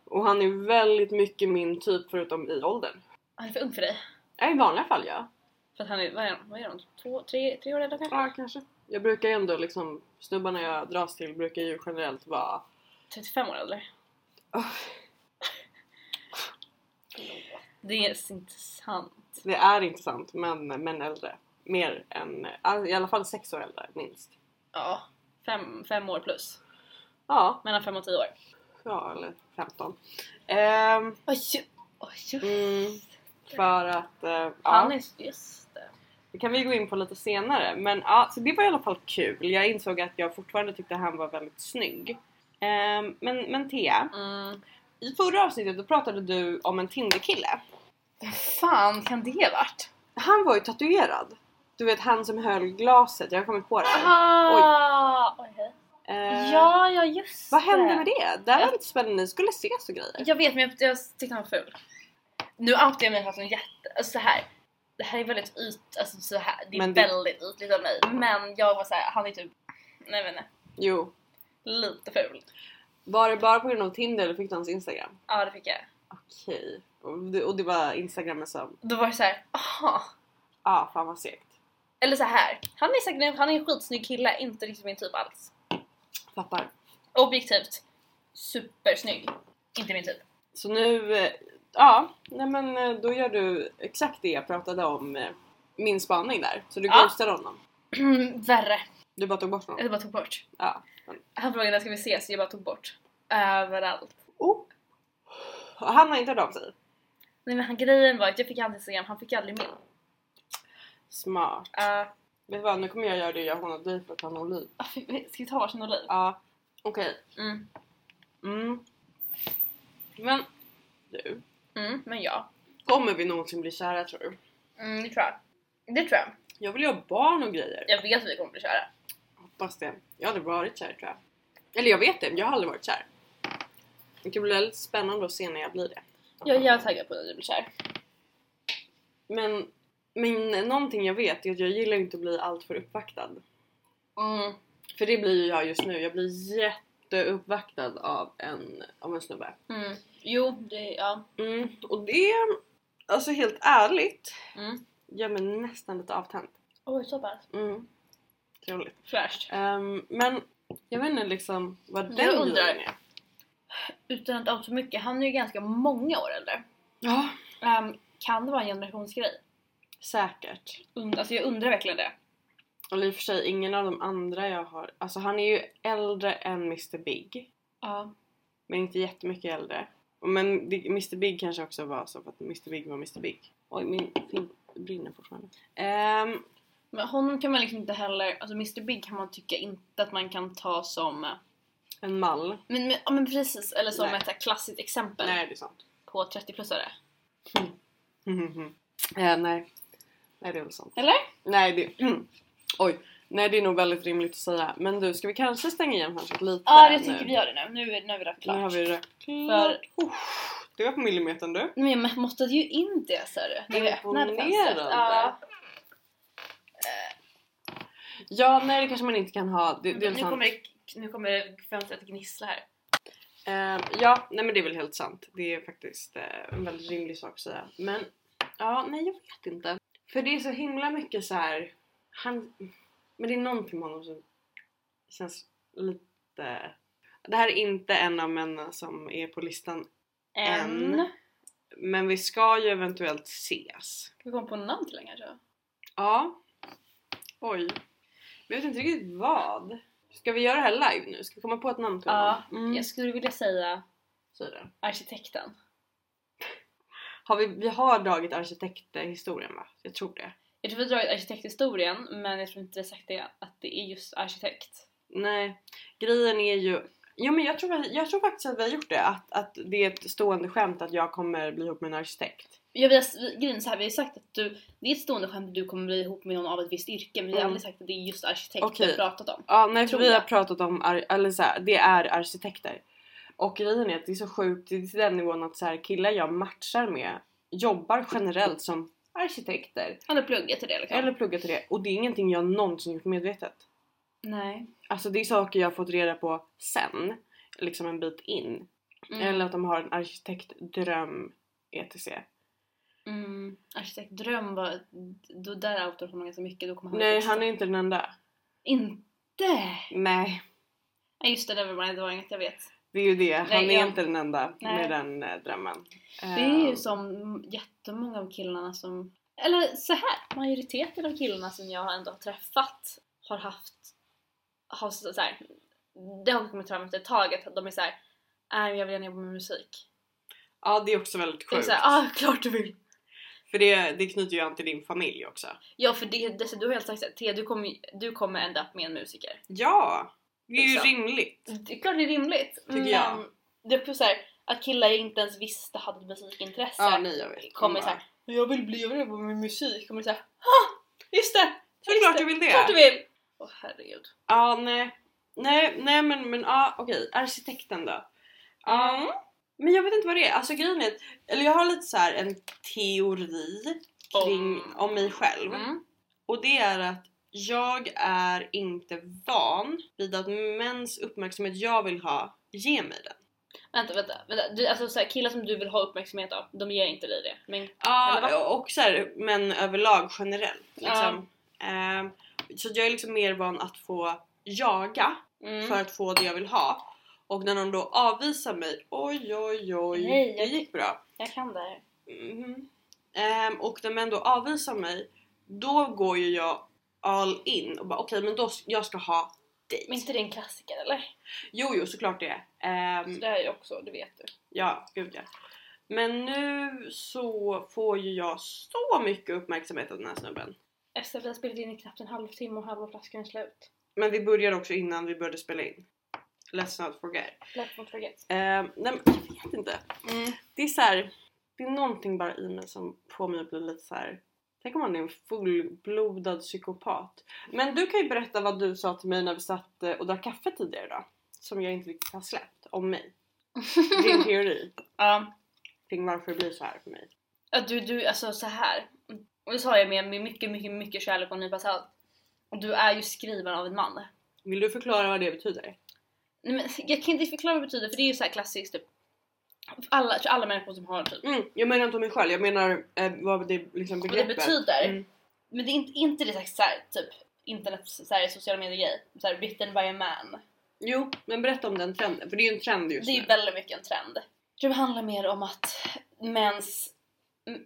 [SPEAKER 1] Och han är väldigt mycket min typ förutom i åldern.
[SPEAKER 2] Han är för ung för dig.
[SPEAKER 1] Ja, I vanliga fall ja.
[SPEAKER 2] För att han är, vad är han? Vad är han? Två, tre, tre år äldre kanske?
[SPEAKER 1] Ja, kanske. Jag brukar ju ändå liksom, snubbarna jag dras till brukar ju generellt vara...
[SPEAKER 2] 35 år äldre.
[SPEAKER 1] Åh,
[SPEAKER 2] Det är inte sant.
[SPEAKER 1] det är intressant, men, men äldre. Mer än, i alla fall sex år äldre, minst.
[SPEAKER 2] Ja, fem, fem år plus.
[SPEAKER 1] Ja,
[SPEAKER 2] Mellan fem och tio år.
[SPEAKER 1] ja eller 15. Ehm,
[SPEAKER 2] Oj, oj, oj.
[SPEAKER 1] mm, för att... eh,
[SPEAKER 2] Han
[SPEAKER 1] ja,
[SPEAKER 2] är, just det.
[SPEAKER 1] det kan vi gå in på lite senare. Men ja, så det var i alla fall kul. Jag insåg att jag fortfarande tyckte han var väldigt snygg. Ehm, men, men Thea,
[SPEAKER 2] Mm.
[SPEAKER 1] i förra avsnittet då pratade du om en Tinderkille.
[SPEAKER 2] Vad fan kan det varit?
[SPEAKER 1] Han var ju tatuerad. Du vet han som höll glaset, jag har kommit på det. här.
[SPEAKER 2] Aha! Oj. hej.
[SPEAKER 1] Eh,
[SPEAKER 2] Ja, ja just
[SPEAKER 1] Vad hände med det? Det här var lite spännande, ni skulle ses och grejer.
[SPEAKER 2] Jag vet men jag, jag tyckte han var ful. Nu outar jag mig för att han är jätte... Alltså så här. Det här är väldigt yt... Alltså så här. Det är
[SPEAKER 1] Men det-
[SPEAKER 2] väldigt ytligt av mig. Men jag var så här, han är typ... Nej men nej.
[SPEAKER 1] Jo.
[SPEAKER 2] Lite ful.
[SPEAKER 1] Var det bara på grund av Tinder eller fick du hans instagram?
[SPEAKER 2] Ja det fick jag.
[SPEAKER 1] Okej. Och det- Och det var instagrammen som,
[SPEAKER 2] Då var det så här, aha.
[SPEAKER 1] ja ah, fan vad segt.
[SPEAKER 2] Eller så här. han är säkert han är en skitsnygg kille, inte riktigt min typ alls.
[SPEAKER 1] Fattar.
[SPEAKER 2] Objektivt, supersnygg. Inte min typ.
[SPEAKER 1] Så nu, eh, ja, nej men eh, då gör du exakt det jag pratade om, eh, min spaning där. Så du
[SPEAKER 2] Ja.
[SPEAKER 1] ghostade honom.
[SPEAKER 2] Värre.
[SPEAKER 1] Du bara tog bort honom.
[SPEAKER 2] Jag bara tog bort.
[SPEAKER 1] Ja.
[SPEAKER 2] Han frågade när ska vi ses, jag bara tog bort. Överallt.
[SPEAKER 1] Oh. Han har inte hört av sig.
[SPEAKER 2] Nej men han, grejen var att jag fick hans instagram, han fick aldrig min.
[SPEAKER 1] Smart.
[SPEAKER 2] Uh,
[SPEAKER 1] Vet du vad, nu kommer jag göra det jag hånar dig för att han har liv.
[SPEAKER 2] ska ah, vi ta varsin oliv?
[SPEAKER 1] Ja, okej.
[SPEAKER 2] Mm.
[SPEAKER 1] Mm. Men du,
[SPEAKER 2] mm, men ja.
[SPEAKER 1] kommer vi någonsin bli kära tror du?
[SPEAKER 2] Mm, det tror jag. Det tror jag.
[SPEAKER 1] Jag vill ju ha barn och grejer.
[SPEAKER 2] Jag vet att vi kommer bli kära.
[SPEAKER 1] Hoppas det. Jag har aldrig varit kär tror jag. Eller jag vet det, jag har aldrig varit kär. Det kan bli väldigt spännande att se när jag blir det.
[SPEAKER 2] Jag är jävligt taggad på att vi blir kär.
[SPEAKER 1] Men, men någonting jag vet är att jag gillar inte att bli alltför uppvaktad.
[SPEAKER 2] Mm.
[SPEAKER 1] För det blir ju jag just nu. Jag blir jätteuppvaktad av en, av en snubbe.
[SPEAKER 2] Mm. Jo, det, ja.
[SPEAKER 1] Mm, och det, alltså helt ärligt,
[SPEAKER 2] Mm.
[SPEAKER 1] gör mig nästan lite avtänd.
[SPEAKER 2] Oj, så pass.
[SPEAKER 1] Mm. Trevligt.
[SPEAKER 2] Fräscht.
[SPEAKER 1] Ehm, men jag vet inte liksom vad den
[SPEAKER 2] Jag undrar.
[SPEAKER 1] grejen är.
[SPEAKER 2] utan att outa så mycket, han är ju ganska många år äldre.
[SPEAKER 1] Ja,
[SPEAKER 2] Ehm, kan det vara en generationsgrej?
[SPEAKER 1] säkert.
[SPEAKER 2] Und- alltså jag undrar verkligen det.
[SPEAKER 1] Och i och för sig, ingen av de andra jag har... Alltså han är ju äldre än Mr Big.
[SPEAKER 2] Ja.
[SPEAKER 1] Men inte jättemycket äldre. Men det, Mr Big kanske också var så för att Mr Big var Mr Big. Oj, min fimp brinner fortfarande. Ehm,
[SPEAKER 2] Men honom kan man liksom inte heller, alltså Mr Big kan man tycka inte att man kan ta som, eh,
[SPEAKER 1] en mall.
[SPEAKER 2] men, men, ja, men precis, eller som
[SPEAKER 1] Nej.
[SPEAKER 2] ett så här klassiskt exempel
[SPEAKER 1] Nej, det är sant.
[SPEAKER 2] på 30-plussare.
[SPEAKER 1] Eh, nej. Nej, det är väl sant.
[SPEAKER 2] Eller?
[SPEAKER 1] Nej, det... Oj. Nej, det är nog väldigt rimligt att säga. Men du, ska vi kanske stänga igen fönstret lite?
[SPEAKER 2] Ja, jag
[SPEAKER 1] nu?
[SPEAKER 2] tycker vi gör det nu. Nu, är- nu är vi rätt
[SPEAKER 1] Nu har
[SPEAKER 2] klart.
[SPEAKER 1] vi det.
[SPEAKER 2] För,
[SPEAKER 1] Det var på millimetern du.
[SPEAKER 2] men jag måttade ju in det ser du, när vi öppnade fönstret.
[SPEAKER 1] Imponerande.
[SPEAKER 2] Ja.
[SPEAKER 1] Ja, nej det kanske man inte kan ha. Det, det är
[SPEAKER 2] Nu
[SPEAKER 1] väl sant.
[SPEAKER 2] kommer, det- nu kommer fönstret gnissla här.
[SPEAKER 1] Ehm, ja, nej men det är väl helt sant. Det är faktiskt eh, en väldigt rimlig sak att säga. Men ja, nej jag vet inte. För det är så himla mycket så här. Han, men det är någonting med honom som känns lite... Det här är inte en av männen som är på listan. En.
[SPEAKER 2] En.
[SPEAKER 1] Men vi ska ju eventuellt ses.
[SPEAKER 2] Ska vi komma på namn till den kanske?
[SPEAKER 1] Mm. Ja. Oj. Men jag vet inte riktigt vad. Ska vi göra det här live nu? Ska vi komma på ett namn till
[SPEAKER 2] Ja,
[SPEAKER 1] honom? Mm.
[SPEAKER 2] jag skulle vilja säga
[SPEAKER 1] Säg det.
[SPEAKER 2] arkitekten.
[SPEAKER 1] Har vi, vi har dragit arkitekthistorien va? Jag tror det.
[SPEAKER 2] Jag tror vi har dragit arkitekthistorien men jag tror inte vi har sagt det, att det är just arkitekt.
[SPEAKER 1] Nej, grejen är ju... Jo men jag tror, jag tror faktiskt att vi har gjort det. Att, att det är ett stående skämt att jag kommer bli ihop med en arkitekt.
[SPEAKER 2] Ja, vi har, vi, grejen är så här, vi har ju sagt att du, det är ett stående skämt att du kommer bli ihop med någon av ett visst yrke men vi har
[SPEAKER 1] Mm.
[SPEAKER 2] aldrig sagt att det är just arkitekt vi
[SPEAKER 1] Okej.
[SPEAKER 2] har pratat om.
[SPEAKER 1] Ja, nej för
[SPEAKER 2] Tror
[SPEAKER 1] vi har
[SPEAKER 2] jag.
[SPEAKER 1] pratat om, ar- eller så här, det är arkitekter. Och grejen är att det är så sjukt, det är till den nivån att så här, killar jag matchar med jobbar generellt som arkitekter.
[SPEAKER 2] Eller pluggat till det liksom.
[SPEAKER 1] Eller pluggar till det. Och det är ingenting jag någonsin gjort medvetet.
[SPEAKER 2] Nej.
[SPEAKER 1] Alltså det är saker jag har fått reda på sen, liksom en bit in.
[SPEAKER 2] Mm.
[SPEAKER 1] Eller att de har en arkitektdröm etc.
[SPEAKER 2] Mm. Arkitektdröm var... Då, där outar honom ganska mycket. Då kommer han
[SPEAKER 1] Nej
[SPEAKER 2] att-
[SPEAKER 1] han är inte den enda.
[SPEAKER 2] Inte!
[SPEAKER 1] Nej,
[SPEAKER 2] Nej just det, nevermind, det var inget jag vet.
[SPEAKER 1] det är ju det. Han
[SPEAKER 2] Nej,
[SPEAKER 1] är
[SPEAKER 2] jag-
[SPEAKER 1] inte den enda
[SPEAKER 2] Nej.
[SPEAKER 1] med den eh, drömmen.
[SPEAKER 2] Det är
[SPEAKER 1] Ehm,
[SPEAKER 2] ju som jättemånga av killarna som... Eller så här, majoriteten av killarna som jag ändå har träffat har haft... Har så så här, det har kommit fram efter ett tag att de är så här. Nej, jag vill gärna jobba med musik.
[SPEAKER 1] Ja det är också väldigt
[SPEAKER 2] Det är
[SPEAKER 1] sjukt.
[SPEAKER 2] såhär, ah klart du vill!
[SPEAKER 1] För det, det knyter ju an till din familj också.
[SPEAKER 2] Ja för det, det, du har helt sagt såhär, Thea du kommer, du kommer ända upp med en musiker.
[SPEAKER 1] Ja! Det är ju
[SPEAKER 2] Exakt.
[SPEAKER 1] rimligt.
[SPEAKER 2] Det är klart det är rimligt.
[SPEAKER 1] Tycker
[SPEAKER 2] men
[SPEAKER 1] jag.
[SPEAKER 2] det är så här, att killar inte ens visste hade ett musikintresse.
[SPEAKER 1] Ja nej jag vet.
[SPEAKER 2] kommer
[SPEAKER 1] Man bara,
[SPEAKER 2] såhär Jag vill bli, jag vill jobba med musik. Kommer såhär Ha! Just det!
[SPEAKER 1] Det är
[SPEAKER 2] Just
[SPEAKER 1] klart du vill det!
[SPEAKER 2] Klart du vill! Åh herregud.
[SPEAKER 1] Ja nej. Nej, nej men, men ja okej. Arkitekten då. Ja.
[SPEAKER 2] Mm.
[SPEAKER 1] Men jag vet inte vad det är. Alltså grejen är att, eller jag har lite så här en teori kring,
[SPEAKER 2] Om-
[SPEAKER 1] om, mig själv.
[SPEAKER 2] Mm.
[SPEAKER 1] Och det är att jag är inte van vid att mäns uppmärksamhet jag vill ha ger mig den.
[SPEAKER 2] Vänta, vänta. vänta. Du, alltså så här, killar som du vill ha uppmärksamhet av, de ger inte dig det. Men Eller
[SPEAKER 1] Ja, och så här, män överlag generellt. Liksom. Ehm, så jag är liksom mer van att få jaga
[SPEAKER 2] mm.
[SPEAKER 1] för att få det jag vill ha. Och när de då avvisar mig, oj oj oj,
[SPEAKER 2] Nej,
[SPEAKER 1] det
[SPEAKER 2] jag-
[SPEAKER 1] gick bra.
[SPEAKER 2] jag kan det här.
[SPEAKER 1] Mhm. Ehm, och när män då avvisar mig, då går ju jag all in och bara okej men då s- jag ska ha dig.
[SPEAKER 2] Men inte det är en klassiker eller?
[SPEAKER 1] Jo jo såklart det. är. Ehm,
[SPEAKER 2] Så det är ju också, det vet du.
[SPEAKER 1] Ja, gud ja. Men nu så får ju jag så mycket uppmärksamhet av den här snubben.
[SPEAKER 2] Efter vi har spelat in i knappt en halvtimme och halva flaskan är slut.
[SPEAKER 1] Men vi började också innan vi började spela in. Let's not forget.
[SPEAKER 2] Let's not forget.
[SPEAKER 1] Ehm, nej men jag vet inte.
[SPEAKER 2] Mm.
[SPEAKER 1] Det är så här, det är någonting bara i mig som får mig att bli lite så här. Tänk om man är en fullblodad psykopat. Men du kan ju berätta vad du sa till mig när vi satt eh, och drack kaffe tidigare idag. Som jag inte riktigt har släppt om mig. Din teori
[SPEAKER 2] Ja.
[SPEAKER 1] kring varför det blir så här för mig.
[SPEAKER 2] Att du, du, alltså så här. Och det sa jag med, med mycket, mycket, mycket kärlek och en nypa salt. Du är ju skriven av en man.
[SPEAKER 1] Vill du förklara vad det betyder?
[SPEAKER 2] Nej, men jag kan inte förklara vad det betyder för det är ju så här klassiskt typ. Alla, jag tror alla människor som har typ.
[SPEAKER 1] Mm, jag menar inte om mig själv, jag menar eh, vad det liksom
[SPEAKER 2] Vad det
[SPEAKER 1] begreppet.
[SPEAKER 2] betyder.
[SPEAKER 1] Mm.
[SPEAKER 2] Men det är inte, inte det så här, typ internet, så här, sociala medier grej. Så här, written by a man.
[SPEAKER 1] Jo, men berätta om den trenden, för det är ju en trend just
[SPEAKER 2] Det är ju
[SPEAKER 1] nu.
[SPEAKER 2] väldigt mycket en trend. Jag tror det handlar mer om att mäns m-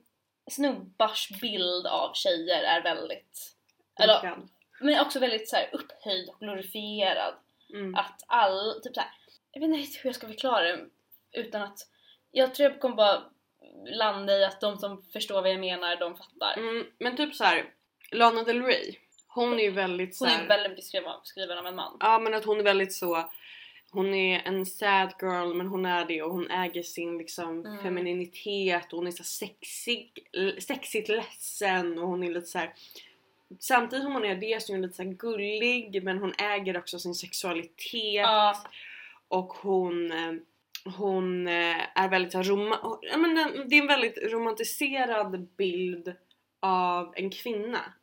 [SPEAKER 2] snubbars bild av tjejer är väldigt, eller,
[SPEAKER 1] Verkligen.
[SPEAKER 2] men också väldigt så här, upphöjd och glorifierad.
[SPEAKER 1] Mm.
[SPEAKER 2] att all, typ såhär, jag vet inte riktigt hur jag ska förklara det utan att, jag tror jag kommer bara landa i att de som förstår vad jag menar, de fattar.
[SPEAKER 1] Mm, men typ så här, Lana Del Rey, hon är ju väldigt så
[SPEAKER 2] Hon är
[SPEAKER 1] här,
[SPEAKER 2] väldigt beskriven, beskriven av en man.
[SPEAKER 1] Ja men att hon är väldigt så, hon är en sad girl men hon är det och hon äger sin liksom
[SPEAKER 2] Mm.
[SPEAKER 1] femininitet och hon är så sexig, l- sexigt ledsen och hon är lite så här. Samtidigt som hon är det så är hon lite så här gullig men hon äger också sin sexualitet.
[SPEAKER 2] Ja,
[SPEAKER 1] och hon, eh, hon eh, är väldigt så här roma- ja, men eh, det är en väldigt romantiserad bild av en kvinna.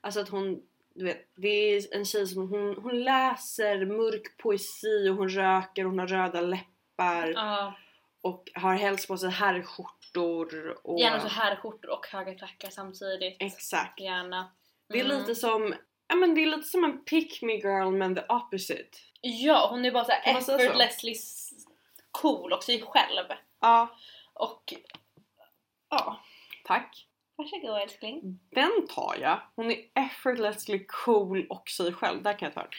[SPEAKER 1] Alltså att hon, du vet, det är en tjej som hon, hon läser mörk poesi och hon röker och hon har röda läppar
[SPEAKER 2] ja.
[SPEAKER 1] och har helst på sig herrskjortor och...
[SPEAKER 2] gärna så här skjortor och höga klackar samtidigt.
[SPEAKER 1] Exakt.
[SPEAKER 2] Gärna.
[SPEAKER 1] Det är
[SPEAKER 2] Mm.
[SPEAKER 1] lite som, ja men det är lite som en pick me girl men the opposite.
[SPEAKER 2] Ja, hon är bara såhär
[SPEAKER 1] Kan man säga så?
[SPEAKER 2] effortlessly s- cool och sig själv.
[SPEAKER 1] Ja,
[SPEAKER 2] Och ja,
[SPEAKER 1] tack.
[SPEAKER 2] varsågod älskling.
[SPEAKER 1] Den tar jag. Hon är effortlessly cool och sig själv. Där kan jag ta den.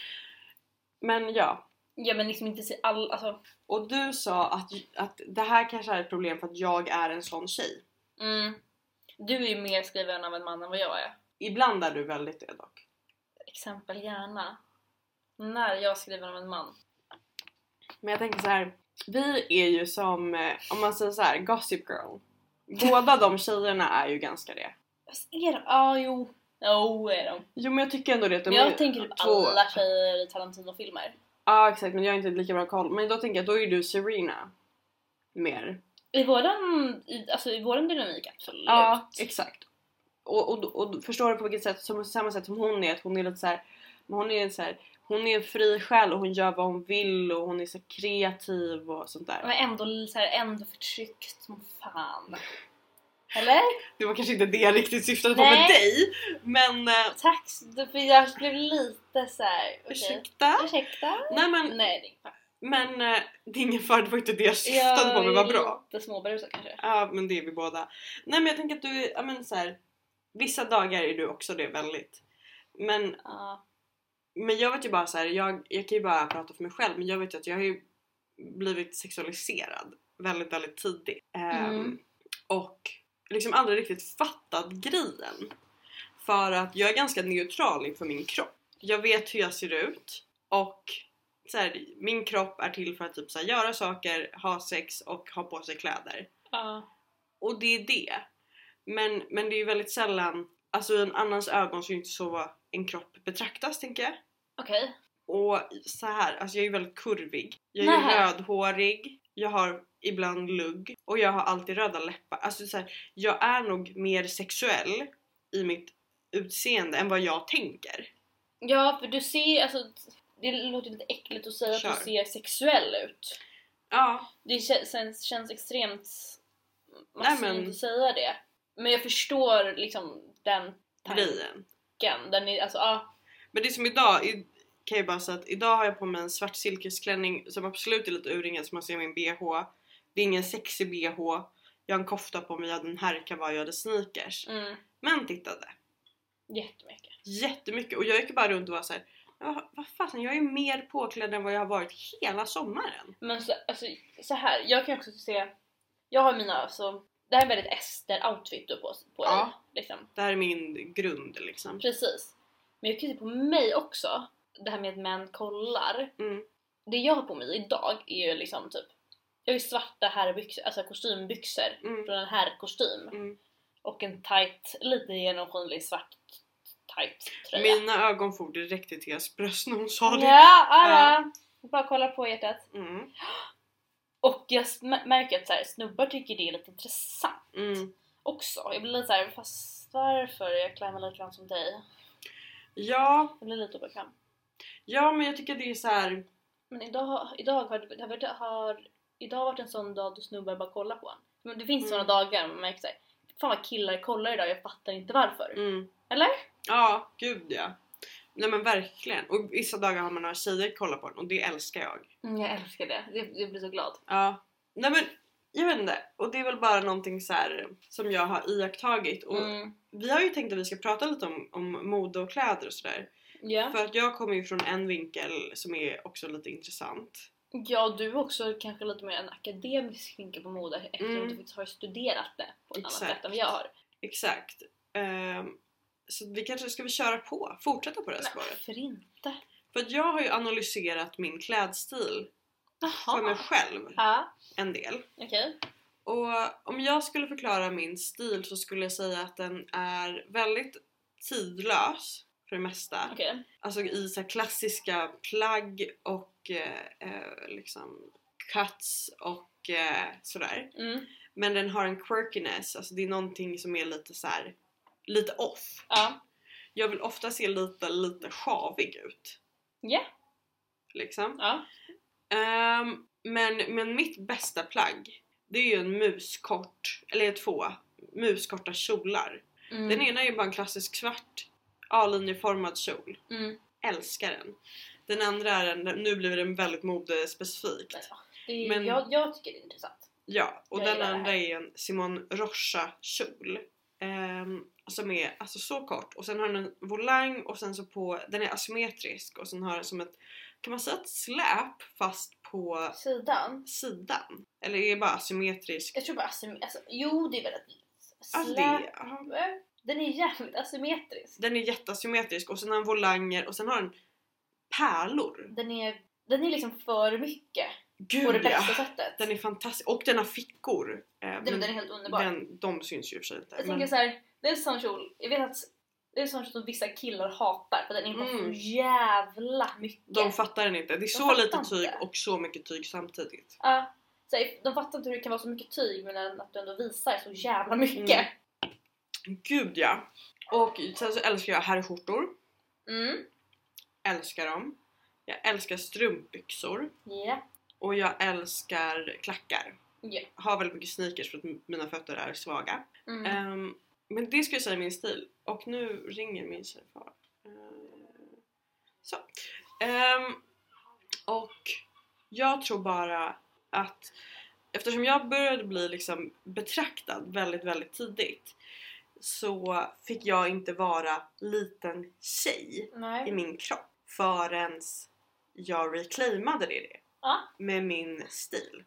[SPEAKER 1] Men ja.
[SPEAKER 2] Ja men liksom inte se all, alltså.
[SPEAKER 1] Och du sa att, att det här kanske är ett problem för att jag är en sån tjej.
[SPEAKER 2] Mm. Du är ju mer skriven av en man än vad jag är.
[SPEAKER 1] Ibland är du väldigt det dock.
[SPEAKER 2] Exempel gärna. När jag skriver av en man.
[SPEAKER 1] Men jag tänker så här. vi är ju som, eh, om man säger så här, Gossip Girl. Båda de tjejerna är ju ganska det.
[SPEAKER 2] Fast Är de? Ja, jo. Jo, är de.
[SPEAKER 1] Jo men jag tycker ändå det att de
[SPEAKER 2] Men
[SPEAKER 1] är
[SPEAKER 2] jag tänker typ
[SPEAKER 1] två-
[SPEAKER 2] alla tjejer i Tarantino-filmer.
[SPEAKER 1] Ja exakt men jag har inte lika bra koll. Men då tänker jag, då är du Serena. Mer.
[SPEAKER 2] I våran, i, alltså i våran dynamik absolut.
[SPEAKER 1] Ja exakt. Och, och, och, förstår du på vilket sätt, som, samma sätt som hon är, att hon är lite så här, men hon är så här, hon är en fri själ och hon gör vad hon vill och hon är så här kreativ och sånt där.
[SPEAKER 2] Men ändå, så här, ändå förtryckt som fan. Eller?
[SPEAKER 1] Det var kanske inte det jag riktigt syftade på
[SPEAKER 2] Nej.
[SPEAKER 1] med dig. Men eh,
[SPEAKER 2] Tack, för jag blev lite så här. okej.
[SPEAKER 1] ursäkta.
[SPEAKER 2] Ursäkta?
[SPEAKER 1] Nej men,
[SPEAKER 2] Nej, det är inget.
[SPEAKER 1] men eh, det är ingen fördel, det var inte det jag syftade på men vad bra.
[SPEAKER 2] Jag är lite småberusad kanske.
[SPEAKER 1] Ja men det är vi båda. Nej men jag tänker att du, är- ja men så här, vissa dagar är du också det väldigt. Men,
[SPEAKER 2] Ja.
[SPEAKER 1] men jag vet ju bara så här, jag, jag kan ju bara prata för mig själv men jag vet ju att jag har ju blivit sexualiserad väldigt väldigt tidigt. Ehm,
[SPEAKER 2] Mm.
[SPEAKER 1] Och liksom aldrig riktigt fattat grejen. För att jag är ganska neutral inför min kropp. Jag vet hur jag ser ut och så här, min kropp är till för att typ så här, göra saker, ha sex och ha på sig kläder.
[SPEAKER 2] ja.
[SPEAKER 1] Och det är det. Men, men det är ju väldigt sällan, alltså i en annans ögon så är det inte så en kropp betraktas tänker jag.
[SPEAKER 2] Okej.
[SPEAKER 1] Och så här, alltså jag är ju väldigt kurvig. Jag är ju
[SPEAKER 2] Nej.
[SPEAKER 1] rödhårig, jag har ibland lugg och jag har alltid röda läppar. Alltså så här, jag är nog mer sexuell i mitt utseende än vad jag tänker.
[SPEAKER 2] Ja, för du ser, alltså det låter lite äckligt att säga
[SPEAKER 1] Kör.
[SPEAKER 2] att du ser sexuell ut.
[SPEAKER 1] Ja,
[SPEAKER 2] Det kän- sen- känns extremt
[SPEAKER 1] Nej,
[SPEAKER 2] maskulint
[SPEAKER 1] men-
[SPEAKER 2] att säga det. Men jag förstår liksom den tanken.
[SPEAKER 1] grejen.
[SPEAKER 2] Den är, alltså, ja,
[SPEAKER 1] Men det är som idag, i, kan jag bara säga att idag har jag på mig en svart silkesklänning som absolut är lite urringad som man ser min bh. Det är ingen sexig bh. Jag har en kofta på mig, jag hade en herrkavaj, jag hade sneakers.
[SPEAKER 2] mm,
[SPEAKER 1] Men tittade.
[SPEAKER 2] jättemycket.
[SPEAKER 1] Jättemycket. Och jag gick bara runt och var såhär, "Ja, vad fasen jag är mer påklädd än vad jag har varit hela sommaren.
[SPEAKER 2] Men så, alltså, så här, jag kan också se, jag har mina, alltså, det här är en väldigt ester-outfit du har på, på dig.
[SPEAKER 1] Ja.
[SPEAKER 2] Liksom.
[SPEAKER 1] Det här är min grund liksom.
[SPEAKER 2] Precis. Men jag kan ju se på mig också, det här med att män kollar.
[SPEAKER 1] Mm.
[SPEAKER 2] det jag har på mig idag är ju liksom typ jag har ju svarta herrbyxor, alltså kostymbyxor
[SPEAKER 1] Mm.
[SPEAKER 2] från en herrkostym
[SPEAKER 1] Mm.
[SPEAKER 2] och en tight, lite genomskinlig svart tight tröja.
[SPEAKER 1] Mina ögon for direkt till Theas bröst när hon sa det.
[SPEAKER 2] Ja, ja, ja. Bara kolla på hjärtat.
[SPEAKER 1] Mm.
[SPEAKER 2] Och jag s- m- märker att så här, snubbar tycker det är lite intressant
[SPEAKER 1] Mm.
[SPEAKER 2] också. Jag blir lite såhär, fast varför jag klär mig likadant som dig?
[SPEAKER 1] Ja,
[SPEAKER 2] Jag blir lite obekväm.
[SPEAKER 1] ja men jag tycker det är så här.
[SPEAKER 2] Men idag, idag har, det har, varit- har idag varit en sån dag då snubbar bara kollar på en. Men det finns
[SPEAKER 1] Mm.
[SPEAKER 2] såna dagar man märker såhär, fan vad killar kollar idag, jag fattar inte varför.
[SPEAKER 1] Mm.
[SPEAKER 2] Eller?
[SPEAKER 1] Ja, gud ja. Nej men verkligen. Och vissa dagar har man några tjejer kollar på den och det älskar jag.
[SPEAKER 2] Mm, jag älskar det. det, jag blir så glad.
[SPEAKER 1] Ja. Nej men jag vet inte. Och det är väl bara någonting så här som jag har iakttagit. Och
[SPEAKER 2] Mm.
[SPEAKER 1] Vi har ju tänkt att vi ska prata lite om, om mode och kläder och sådär.
[SPEAKER 2] Ja.
[SPEAKER 1] För att jag kommer ju från en vinkel som är också lite intressant.
[SPEAKER 2] ja, du också kanske lite mer en akademisk vinkel på mode eftersom
[SPEAKER 1] Mm.
[SPEAKER 2] du faktiskt har studerat det på ett annat
[SPEAKER 1] Exakt.
[SPEAKER 2] sätt än vad jag har.
[SPEAKER 1] Exakt. Ehm, så vi kanske ska vi köra på, fortsätta på det här
[SPEAKER 2] Men
[SPEAKER 1] spåret.
[SPEAKER 2] varför inte?
[SPEAKER 1] För att jag har ju analyserat min klädstil för mig
[SPEAKER 2] Jaha.
[SPEAKER 1] själv
[SPEAKER 2] Ja,
[SPEAKER 1] en del.
[SPEAKER 2] okej.
[SPEAKER 1] Och om jag skulle förklara min stil så skulle jag säga att den är väldigt tidlös för det mesta.
[SPEAKER 2] Okej.
[SPEAKER 1] Alltså i så här klassiska plagg och eh, eh, liksom cuts och eh, sådär.
[SPEAKER 2] Mm.
[SPEAKER 1] Men den har en quirkiness, alltså det är någonting som är lite så här lite off.
[SPEAKER 2] Ja.
[SPEAKER 1] Jag vill ofta se lite, lite sjavig ut.
[SPEAKER 2] Ja.
[SPEAKER 1] Liksom.
[SPEAKER 2] Ja.
[SPEAKER 1] Ehm, men, men mitt bästa plagg, det är ju en muskort, eller två muskorta kjolar.
[SPEAKER 2] Mm.
[SPEAKER 1] Den ena är ju bara en klassisk svart A-linjeformad kjol.
[SPEAKER 2] Mm.
[SPEAKER 1] Älskar den. Den andra är en, nu blir den väldigt modespecifikt.
[SPEAKER 2] Det är,
[SPEAKER 1] Men-
[SPEAKER 2] jag, jag tycker det är intressant.
[SPEAKER 1] Ja, och
[SPEAKER 2] Jag
[SPEAKER 1] den
[SPEAKER 2] gillar det
[SPEAKER 1] andra
[SPEAKER 2] här.
[SPEAKER 1] är en Simon Rocha kjol. ehm, som är alltså så kort och sen har den en volang och sen så på, den är asymmetrisk och sen har den som ett, kan man säga ett släp fast på
[SPEAKER 2] Sidan.
[SPEAKER 1] sidan? Eller är det bara asymmetrisk?
[SPEAKER 2] Jag tror bara asym- alltså, jo det är väl ett
[SPEAKER 1] Alltså
[SPEAKER 2] slä-
[SPEAKER 1] det, ja.
[SPEAKER 2] Den är jävligt asymmetrisk.
[SPEAKER 1] den är jätteasymmetrisk och sen har den volanger och sen har den pärlor.
[SPEAKER 2] Den är, den är liksom för mycket på det
[SPEAKER 1] Gud ja!
[SPEAKER 2] bästa sättet.
[SPEAKER 1] Den är fantastisk. Och den har fickor. Eh,
[SPEAKER 2] Den, den är helt underbar.
[SPEAKER 1] den, de syns ju i och för sig inte.
[SPEAKER 2] jag
[SPEAKER 1] men-
[SPEAKER 2] tänker så här, det är en sån kjol, jag vet att det är en sån kjol som vissa killar hatar för den är bara
[SPEAKER 1] Mm.
[SPEAKER 2] så jävla mycket.
[SPEAKER 1] De fattar den inte. Det är så
[SPEAKER 2] fattar
[SPEAKER 1] lite
[SPEAKER 2] inte.
[SPEAKER 1] tyg och så mycket tyg samtidigt.
[SPEAKER 2] Ja, så här, de fattar inte hur det kan vara så mycket tyg men att du ändå visar så
[SPEAKER 1] Mm.
[SPEAKER 2] jävla mycket.
[SPEAKER 1] Gud ja! Och sen så älskar jag herrskjortor.
[SPEAKER 2] Mm.
[SPEAKER 1] Älskar dem. Jag älskar strumpbyxor.
[SPEAKER 2] Ja.
[SPEAKER 1] Och jag älskar klackar.
[SPEAKER 2] Ja.
[SPEAKER 1] Har väldigt mycket sneakers för att m- mina fötter är svaga.
[SPEAKER 2] Mm.
[SPEAKER 1] Ehm, men det skulle jag säga är min stil. Och nu ringer min tjejfar. Ehm, så. Ehm, och jag tror bara att eftersom jag började bli liksom betraktad väldigt, väldigt tidigt så fick jag inte vara liten tjej i
[SPEAKER 2] Nej.
[SPEAKER 1] min kropp förrän jag reclaimade det,
[SPEAKER 2] Ja.
[SPEAKER 1] med min stil.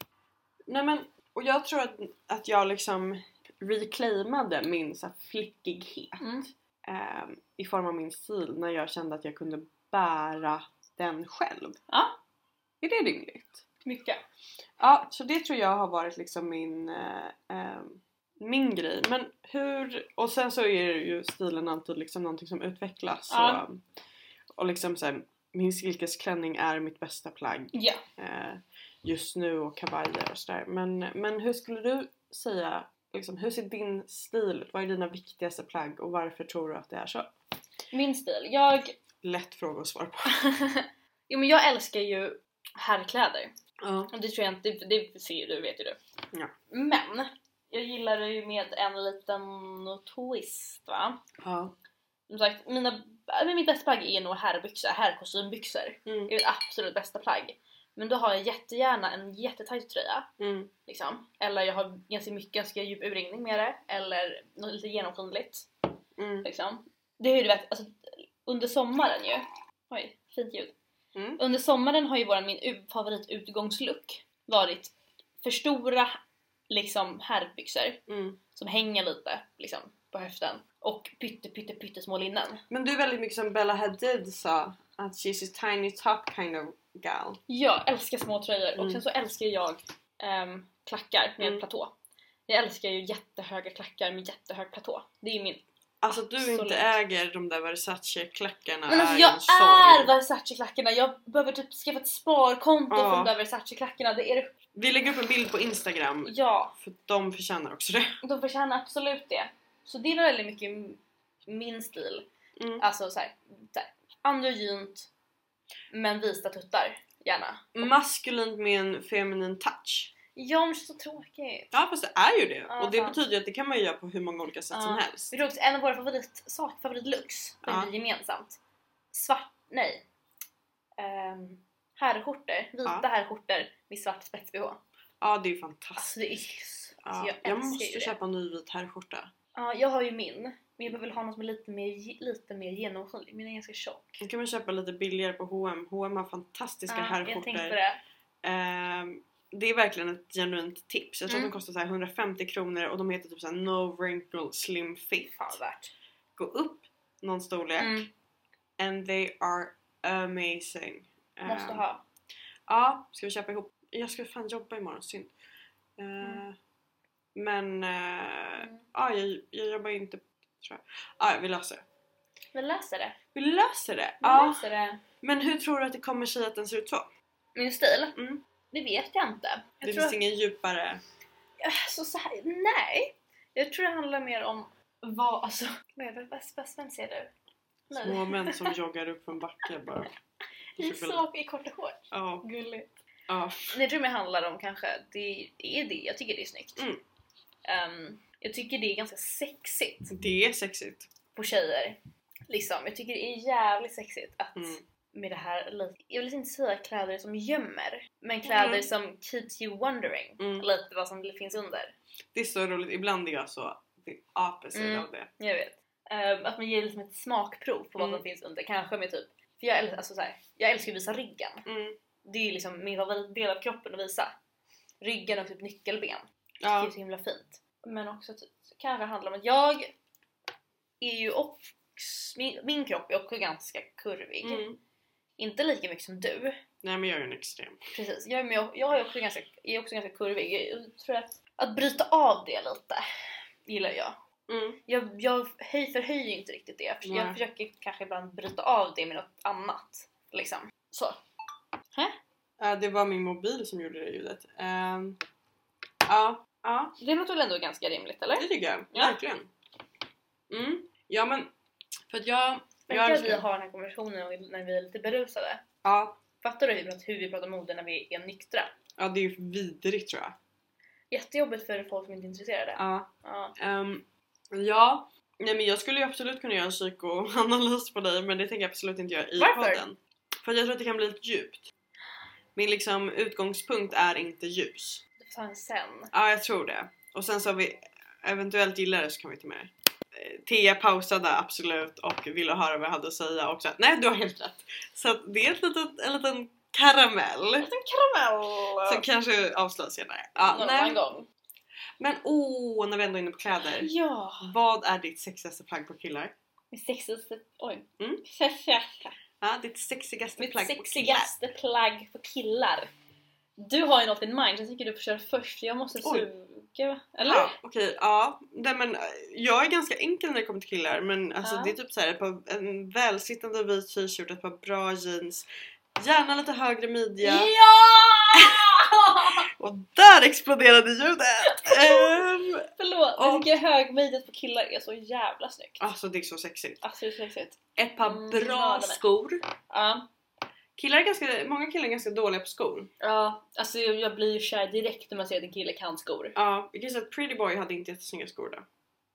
[SPEAKER 1] Nej men, och jag tror att, att jag liksom reclaimade min så här, flickighet
[SPEAKER 2] Mm.
[SPEAKER 1] ehm, i form av min stil när jag kände att jag kunde bära den själv.
[SPEAKER 2] Ja.
[SPEAKER 1] Är det rimligt?
[SPEAKER 2] Mycket.
[SPEAKER 1] Ja, så det tror jag har varit liksom min, eh, ehm, min grej. Men hur, och sen så är det ju stilen alltid liksom någonting som utvecklas.
[SPEAKER 2] Ja.
[SPEAKER 1] Och, och liksom så här, min silkesklänning är mitt bästa plagg
[SPEAKER 2] Ja.
[SPEAKER 1] eh, just nu och kavajer och sådär. Men, men hur skulle du säga, liksom, hur ser din stil ut? Vad är dina viktigaste plagg och varför tror du att det är så?
[SPEAKER 2] Min stil. Jag,
[SPEAKER 1] Lätt fråga att svara på.
[SPEAKER 2] jo, men jag älskar ju herrkläder.
[SPEAKER 1] Ja.
[SPEAKER 2] Och Det tror jag inte, det, det ser ju du, vet ju du.
[SPEAKER 1] Ja.
[SPEAKER 2] Men jag gillar det ju med en liten twist va.
[SPEAKER 1] ja.
[SPEAKER 2] Som sagt, mina, äh, men mitt bästa plagg är nog herrbyxor, herrkostymbyxor.
[SPEAKER 1] Mm.
[SPEAKER 2] Det är mitt absolut bästa plagg. Men då har jag jättegärna en jättetajt tröja.
[SPEAKER 1] Mm.
[SPEAKER 2] Liksom. Eller jag har ganska mycket, ganska djup urringning med det. Eller något lite genomskinligt.
[SPEAKER 1] Mm.
[SPEAKER 2] Liksom. Det är ju du vet, alltså, under sommaren ju. Oj, fint ljud.
[SPEAKER 1] Mm.
[SPEAKER 2] Under sommaren har ju våran min u- favoritutgångslook varit för stora liksom herrbyxor
[SPEAKER 1] Mm.
[SPEAKER 2] som hänger lite liksom på höften och pytte pytte pyttesmå linnen.
[SPEAKER 1] Men du är väldigt mycket som Bella Hadid sa, att she's a tiny top kind of gal.
[SPEAKER 2] Jag älskar små tröjor och
[SPEAKER 1] Mm.
[SPEAKER 2] sen så älskar jag ehm, klackar med
[SPEAKER 1] Mm.
[SPEAKER 2] platå. Jag älskar ju jättehöga klackar med jättehög platå. Det är min...
[SPEAKER 1] Alltså att du
[SPEAKER 2] Absolut.
[SPEAKER 1] inte äger de där Versace-klackarna
[SPEAKER 2] Men alltså
[SPEAKER 1] Ah, är
[SPEAKER 2] jag
[SPEAKER 1] en sorg.
[SPEAKER 2] är Versace-klackarna! Jag behöver typ skaffa ett sparkonto
[SPEAKER 1] Ja.
[SPEAKER 2] för de där Versace-klackarna. Det är det...
[SPEAKER 1] Vi lägger upp en bild på Instagram,
[SPEAKER 2] Ja!
[SPEAKER 1] för de förtjänar också det.
[SPEAKER 2] De förtjänar absolut det. Så det är väldigt mycket m- min stil.
[SPEAKER 1] Mm.
[SPEAKER 2] Alltså såhär, så här, androgynt men vita tuttar gärna.
[SPEAKER 1] Mm. Maskulint med en feminin touch.
[SPEAKER 2] Ja men det känns så tråkigt.
[SPEAKER 1] Ja fast det är ju det.
[SPEAKER 2] Ja,
[SPEAKER 1] och det
[SPEAKER 2] sant.
[SPEAKER 1] betyder ju att det kan man ju göra på hur många olika sätt
[SPEAKER 2] Ja.
[SPEAKER 1] som helst.
[SPEAKER 2] Vi tror också en av våra favoritsaker, favoritlux,
[SPEAKER 1] Ja.
[SPEAKER 2] ja. vi gemensamt. Svart, nej. Um, herrskjortor, vita
[SPEAKER 1] Ja.
[SPEAKER 2] herrskjortor med svart spets-bh.
[SPEAKER 1] Ja det är ju fantastiskt.
[SPEAKER 2] Alltså det är så
[SPEAKER 1] Ja.
[SPEAKER 2] jag,
[SPEAKER 1] Jag,
[SPEAKER 2] älskar
[SPEAKER 1] måste
[SPEAKER 2] ju det.
[SPEAKER 1] köpa en ny vit herrskjorta.
[SPEAKER 2] Ja, jag har ju min, men jag behöver väl ha något som är lite mer, lite mer genomskinlig. Min är ganska tjock.
[SPEAKER 1] Den kan man köpa lite billigare på H&M. H&M har fantastiska
[SPEAKER 2] jag tänkte på
[SPEAKER 1] herrskjortor.
[SPEAKER 2] det.
[SPEAKER 1] Ehm, det är verkligen ett genuint tips. Jag tror
[SPEAKER 2] Mm.
[SPEAKER 1] att de kostar så här 150 kronor och de heter typ såhär No Wrinkle Slim Fit.
[SPEAKER 2] Fan värt.
[SPEAKER 1] Gå upp någon storlek
[SPEAKER 2] Mm.
[SPEAKER 1] and they are amazing. Ehm,
[SPEAKER 2] Måste ha.
[SPEAKER 1] Ja, ska vi köpa ihop? Jag ska fan jobba imorgon, synd. Ehm,
[SPEAKER 2] Mm.
[SPEAKER 1] Men eh,
[SPEAKER 2] Mm.
[SPEAKER 1] ja, jag, jag jobbar inte tror jag. Ja, vi löser det.
[SPEAKER 2] Vi löser det.
[SPEAKER 1] Vi löser det!
[SPEAKER 2] Vi
[SPEAKER 1] Ja.
[SPEAKER 2] löser det.
[SPEAKER 1] Men hur tror du att det kommer sig att den ser ut så?
[SPEAKER 2] Min stil?
[SPEAKER 1] Mm.
[SPEAKER 2] Det vet jag inte. Jag
[SPEAKER 1] det
[SPEAKER 2] tror
[SPEAKER 1] finns ingen djupare...
[SPEAKER 2] alltså, så här, nej. Jag tror det handlar mer om vad, alltså. Vad, vad, vad, vad vem ser du? Nej.
[SPEAKER 1] Små män som joggar upp en backe bara.
[SPEAKER 2] I sak i korta shorts.
[SPEAKER 1] Ja,
[SPEAKER 2] Gulligt.
[SPEAKER 1] ja.
[SPEAKER 2] Men jag tror det mer handlar om kanske, det är det. Jag tycker det är snyggt.
[SPEAKER 1] Mm.
[SPEAKER 2] Ehm, jag tycker det är ganska sexigt
[SPEAKER 1] Det är sexigt.
[SPEAKER 2] på tjejer. Liksom. Jag tycker det är jävligt sexigt att
[SPEAKER 1] Mm.
[SPEAKER 2] med det här, lite- jag vill inte säga kläder som gömmer, men kläder
[SPEAKER 1] Mm.
[SPEAKER 2] som keeps you wondering
[SPEAKER 1] Mm.
[SPEAKER 2] lite vad som finns under.
[SPEAKER 1] Det är så roligt. Ibland är jag så the opposite
[SPEAKER 2] Mm.
[SPEAKER 1] av det.
[SPEAKER 2] Jag vet. Ehm, att man ger liksom ett smakprov på vad
[SPEAKER 1] Mm.
[SPEAKER 2] som finns under, kanske med typ, för jag, äl- alltså så här, jag älskar att visa ryggen.
[SPEAKER 1] Mm.
[SPEAKER 2] Det är ju liksom min favoritdel av kroppen att visa. Ryggen och typ nyckelben. Det är
[SPEAKER 1] Ja.
[SPEAKER 2] så himla fint. Men också att det kanske handlar om att jag är ju också, min, min kropp är också ganska kurvig.
[SPEAKER 1] Mm.
[SPEAKER 2] Inte lika mycket som du.
[SPEAKER 1] Nej men jag är ju en extrem.
[SPEAKER 2] Precis, jag är, med, jag är, också, ganska, är också ganska kurvig. Jag tror att, att bryta av det lite gillar jag.
[SPEAKER 1] Mm.
[SPEAKER 2] Jag, jag höj, förhöjer ju inte riktigt det. Jag, förs- jag
[SPEAKER 1] Nej.
[SPEAKER 2] försöker kanske ibland bryta av det med något annat. Liksom. Så.
[SPEAKER 1] Eh, det var min mobil som gjorde det ljudet. Ehm, Ja, ja.
[SPEAKER 2] Det låter väl ändå ganska rimligt eller?
[SPEAKER 1] Det tycker jag.
[SPEAKER 2] Ja.
[SPEAKER 1] Verkligen. Mm. Ja men, för att jag...
[SPEAKER 2] Men
[SPEAKER 1] jag
[SPEAKER 2] jag vi
[SPEAKER 1] älskar-
[SPEAKER 2] har den här konversationen och- när vi är lite berusade.
[SPEAKER 1] ja,
[SPEAKER 2] Fattar du hur vi pratar- hur vi pratar mode när vi är nyktra?
[SPEAKER 1] ja, det är ju vidrigt tror jag.
[SPEAKER 2] Jättejobbigt för folk som inte är intresserade.
[SPEAKER 1] Ja.
[SPEAKER 2] Ja.
[SPEAKER 1] Ehm, ja, nej men jag skulle ju absolut kunna göra en psykoanalys på dig men det tänker jag absolut inte göra i
[SPEAKER 2] Varför?
[SPEAKER 1] podden. För jag tror att det kan bli lite djupt. Min liksom utgångspunkt är inte ljus.
[SPEAKER 2] Det får ta en sen.
[SPEAKER 1] Ja, jag tror det. Och sen så har vi eventuellt gillar det så kan vi ta med det. Eh, Thea pausade absolut och ville höra vad jag hade att säga också. Nej, du har helt rätt. Så att det är ett litet, en liten
[SPEAKER 2] En
[SPEAKER 1] karamell
[SPEAKER 2] liten karamell!
[SPEAKER 1] som kanske avslöjas senare. Ja,
[SPEAKER 2] Någon
[SPEAKER 1] nej.
[SPEAKER 2] annan gång.
[SPEAKER 1] Men åh, oh, när vi ändå är inne på kläder.
[SPEAKER 2] Ja!
[SPEAKER 1] Vad är ditt sexigaste plagg på killar?
[SPEAKER 2] Mitt sexigaste... Oj.
[SPEAKER 1] Mm. Ja, ditt sexigaste
[SPEAKER 2] Mitt
[SPEAKER 1] plagg på
[SPEAKER 2] sexigaste plagg för killar. Du har ju något in mind, jag tycker du får köra först. Jag måste
[SPEAKER 1] Oj.
[SPEAKER 2] suga va?
[SPEAKER 1] killar.
[SPEAKER 2] Eller?
[SPEAKER 1] Ja, okej, ja. Nej, men, eh, jag är ganska enkel när det kommer till killar men alltså,
[SPEAKER 2] Ja.
[SPEAKER 1] det är typ så här, ett par, en välsittande vit t-shirt, ett par bra jeans, gärna lite högre midja
[SPEAKER 2] Ja!
[SPEAKER 1] och där exploderade ljudet! Ehm,
[SPEAKER 2] Förlåt, jag
[SPEAKER 1] Och-
[SPEAKER 2] tycker högmejdet på killar är så jävla snyggt.
[SPEAKER 1] alltså det är så sexigt.
[SPEAKER 2] Alltså det är så sexigt.
[SPEAKER 1] Ett par
[SPEAKER 2] Mm,
[SPEAKER 1] bra
[SPEAKER 2] ja, de är-
[SPEAKER 1] skor.
[SPEAKER 2] Ja.
[SPEAKER 1] Killar är ganska, många killar är ganska dåliga på skor.
[SPEAKER 2] ja, alltså jag jag blir ju kär direkt när man ser att en kille kan skor.
[SPEAKER 1] Ja, vi kan säga att Pretty Boy hade inte jättesnygga skor då.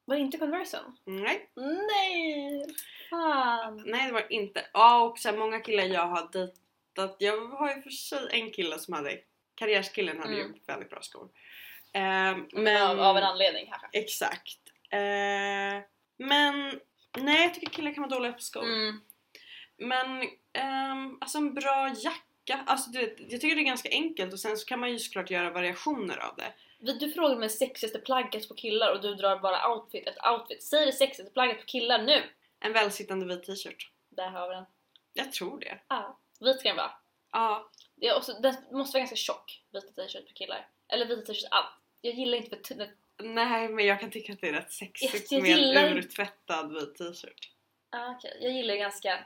[SPEAKER 2] Var det inte Conversen?
[SPEAKER 1] Nej,
[SPEAKER 2] Nej! Fan!
[SPEAKER 1] nej det var det inte. Ja och sen många killar jag har dejtat. Jag har ju för sig en kille som hade, karriärskillen hade
[SPEAKER 2] Mm.
[SPEAKER 1] gjort väldigt bra skor. Ehm, men,
[SPEAKER 2] Men av, av en anledning kanske.
[SPEAKER 1] Exakt. Eh, men nej jag tycker killar kan vara dåliga på skor.
[SPEAKER 2] Mm.
[SPEAKER 1] Men ehm, alltså en bra jacka. Alltså du vet, jag tycker det är ganska enkelt och sen så kan man ju såklart göra variationer av det.
[SPEAKER 2] Vi- Du frågade mig sexigaste plagget på killar och du drar bara outfit efter outfit. Säg det sexigaste plagget på killar nu!
[SPEAKER 1] En välsittande vit t-shirt.
[SPEAKER 2] Där har vi den.
[SPEAKER 1] Jag tror det.
[SPEAKER 2] Ah. Vit ska den vara.
[SPEAKER 1] Ja,
[SPEAKER 2] Det är också, den måste vara ganska tjock, vita t-shirt på killar. Eller vita t-shirt allt. Jag gillar inte för tunna...
[SPEAKER 1] nej men jag kan tycka att det är rätt sexigt
[SPEAKER 2] Jag
[SPEAKER 1] med
[SPEAKER 2] gillar-
[SPEAKER 1] en urtvättad vit t-shirt.
[SPEAKER 2] Ah, okej. Jag gillar ganska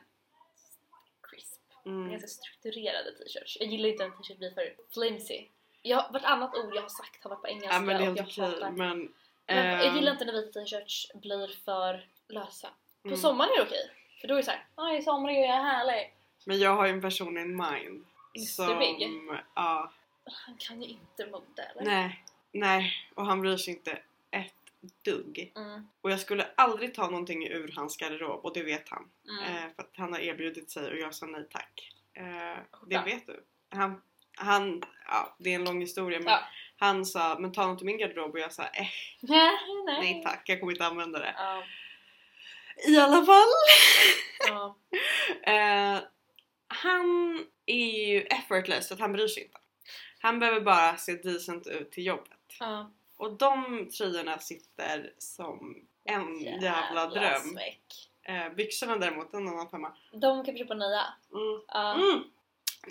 [SPEAKER 2] crisp,
[SPEAKER 1] Mm.
[SPEAKER 2] ganska strukturerade t-shirts. Jag gillar inte när en t-shirt blir för flimsy. Jag, vartannat ord jag har sagt har varit på engelska
[SPEAKER 1] Ja men det är
[SPEAKER 2] och
[SPEAKER 1] helt
[SPEAKER 2] jag
[SPEAKER 1] okej
[SPEAKER 2] hatar.
[SPEAKER 1] men...
[SPEAKER 2] Men jag
[SPEAKER 1] ehm,
[SPEAKER 2] gillar inte när vita t-shirts blir för lösa. På
[SPEAKER 1] mm.
[SPEAKER 2] sommaren är det okej. För då är det såhär, aj i sommar är jag härlig.
[SPEAKER 1] Men jag har ju en person in mind.
[SPEAKER 2] Mr.
[SPEAKER 1] Som,
[SPEAKER 2] Big.
[SPEAKER 1] ja,
[SPEAKER 2] Han kan ju inte mode eller?
[SPEAKER 1] nej, nej. Och han bryr sig inte ett dugg.
[SPEAKER 2] Mm,
[SPEAKER 1] Och jag skulle aldrig ta någonting ur hans garderob och det vet han.
[SPEAKER 2] mm.
[SPEAKER 1] Eh, för att han har erbjudit sig och jag sa nej tack. Eh, det
[SPEAKER 2] Ja.
[SPEAKER 1] vet du. Han, han, ja det är en lång historia men
[SPEAKER 2] Ja.
[SPEAKER 1] han sa men ta något ur min garderob och jag sa eh,
[SPEAKER 2] Nej, nej.
[SPEAKER 1] nej tack jag kommer inte använda det.
[SPEAKER 2] Ja,
[SPEAKER 1] I alla fall.
[SPEAKER 2] ja.
[SPEAKER 1] Eh, han är ju effortless så att han bryr sig inte. Han behöver bara se decent ut till jobbet.
[SPEAKER 2] ja.
[SPEAKER 1] Och de tröjorna sitter som en Mm, jävla, dröm.
[SPEAKER 2] smäck.
[SPEAKER 1] Eh, byxorna däremot, en annan femma.
[SPEAKER 2] De kan vi köpa nya.
[SPEAKER 1] Mm.
[SPEAKER 2] Ja.
[SPEAKER 1] Mm.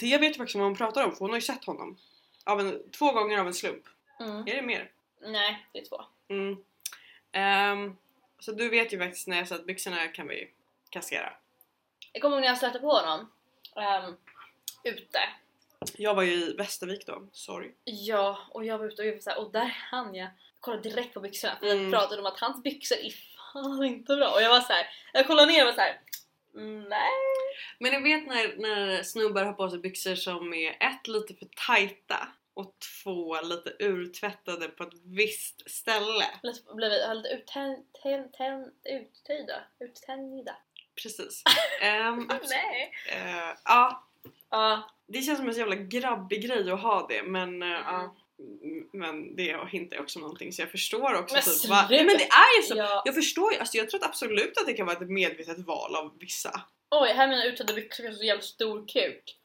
[SPEAKER 1] Thea vet ju faktiskt vad hon pratar om för hon har ju sett honom. Av en, två gånger av en slump.
[SPEAKER 2] Mm.
[SPEAKER 1] Är det mer?
[SPEAKER 2] Nej, det är två.
[SPEAKER 1] Mm. Ehm, så du vet ju faktiskt när jag sa att byxorna kan vi kassera.
[SPEAKER 2] Jag kommer ihåg när jag stötte på honom. ehm, ute.
[SPEAKER 1] Jag var ju i Västervik då, sorry.
[SPEAKER 2] Ja, och jag var ute och, jag var så här, och där hann jag kolla direkt på byxorna. För
[SPEAKER 1] Mm.
[SPEAKER 2] jag pratade om att hans byxor är fan inte bra. Och jag var så här, jag kollade ner och var så här. "Mm, Nej.
[SPEAKER 1] Men ni vet när, när snubbar har på sig byxor som är ett lite för tajta och två lite urtvättade på ett visst ställe.
[SPEAKER 2] Lite- Blev jag lite uttän- tän- tän- uttöjda. Uttänjda.
[SPEAKER 1] Precis. Ehm, abs-
[SPEAKER 2] Nej.
[SPEAKER 1] eh, ja,
[SPEAKER 2] Ja,
[SPEAKER 1] det känns som en så jävla grabbig grej att ha det men eh, ja.
[SPEAKER 2] Mm.
[SPEAKER 1] Mm, Men det hintar ju också om någonting så jag förstår också
[SPEAKER 2] Men
[SPEAKER 1] typ va- Nej
[SPEAKER 2] sluta.
[SPEAKER 1] men det är ju så!
[SPEAKER 2] ja.
[SPEAKER 1] Jag förstår ju, alltså jag tror att absolut att det kan vara ett medvetet val av vissa.
[SPEAKER 2] Oj, här är mina uttöjda byxor för jag har så jävla stor kuk.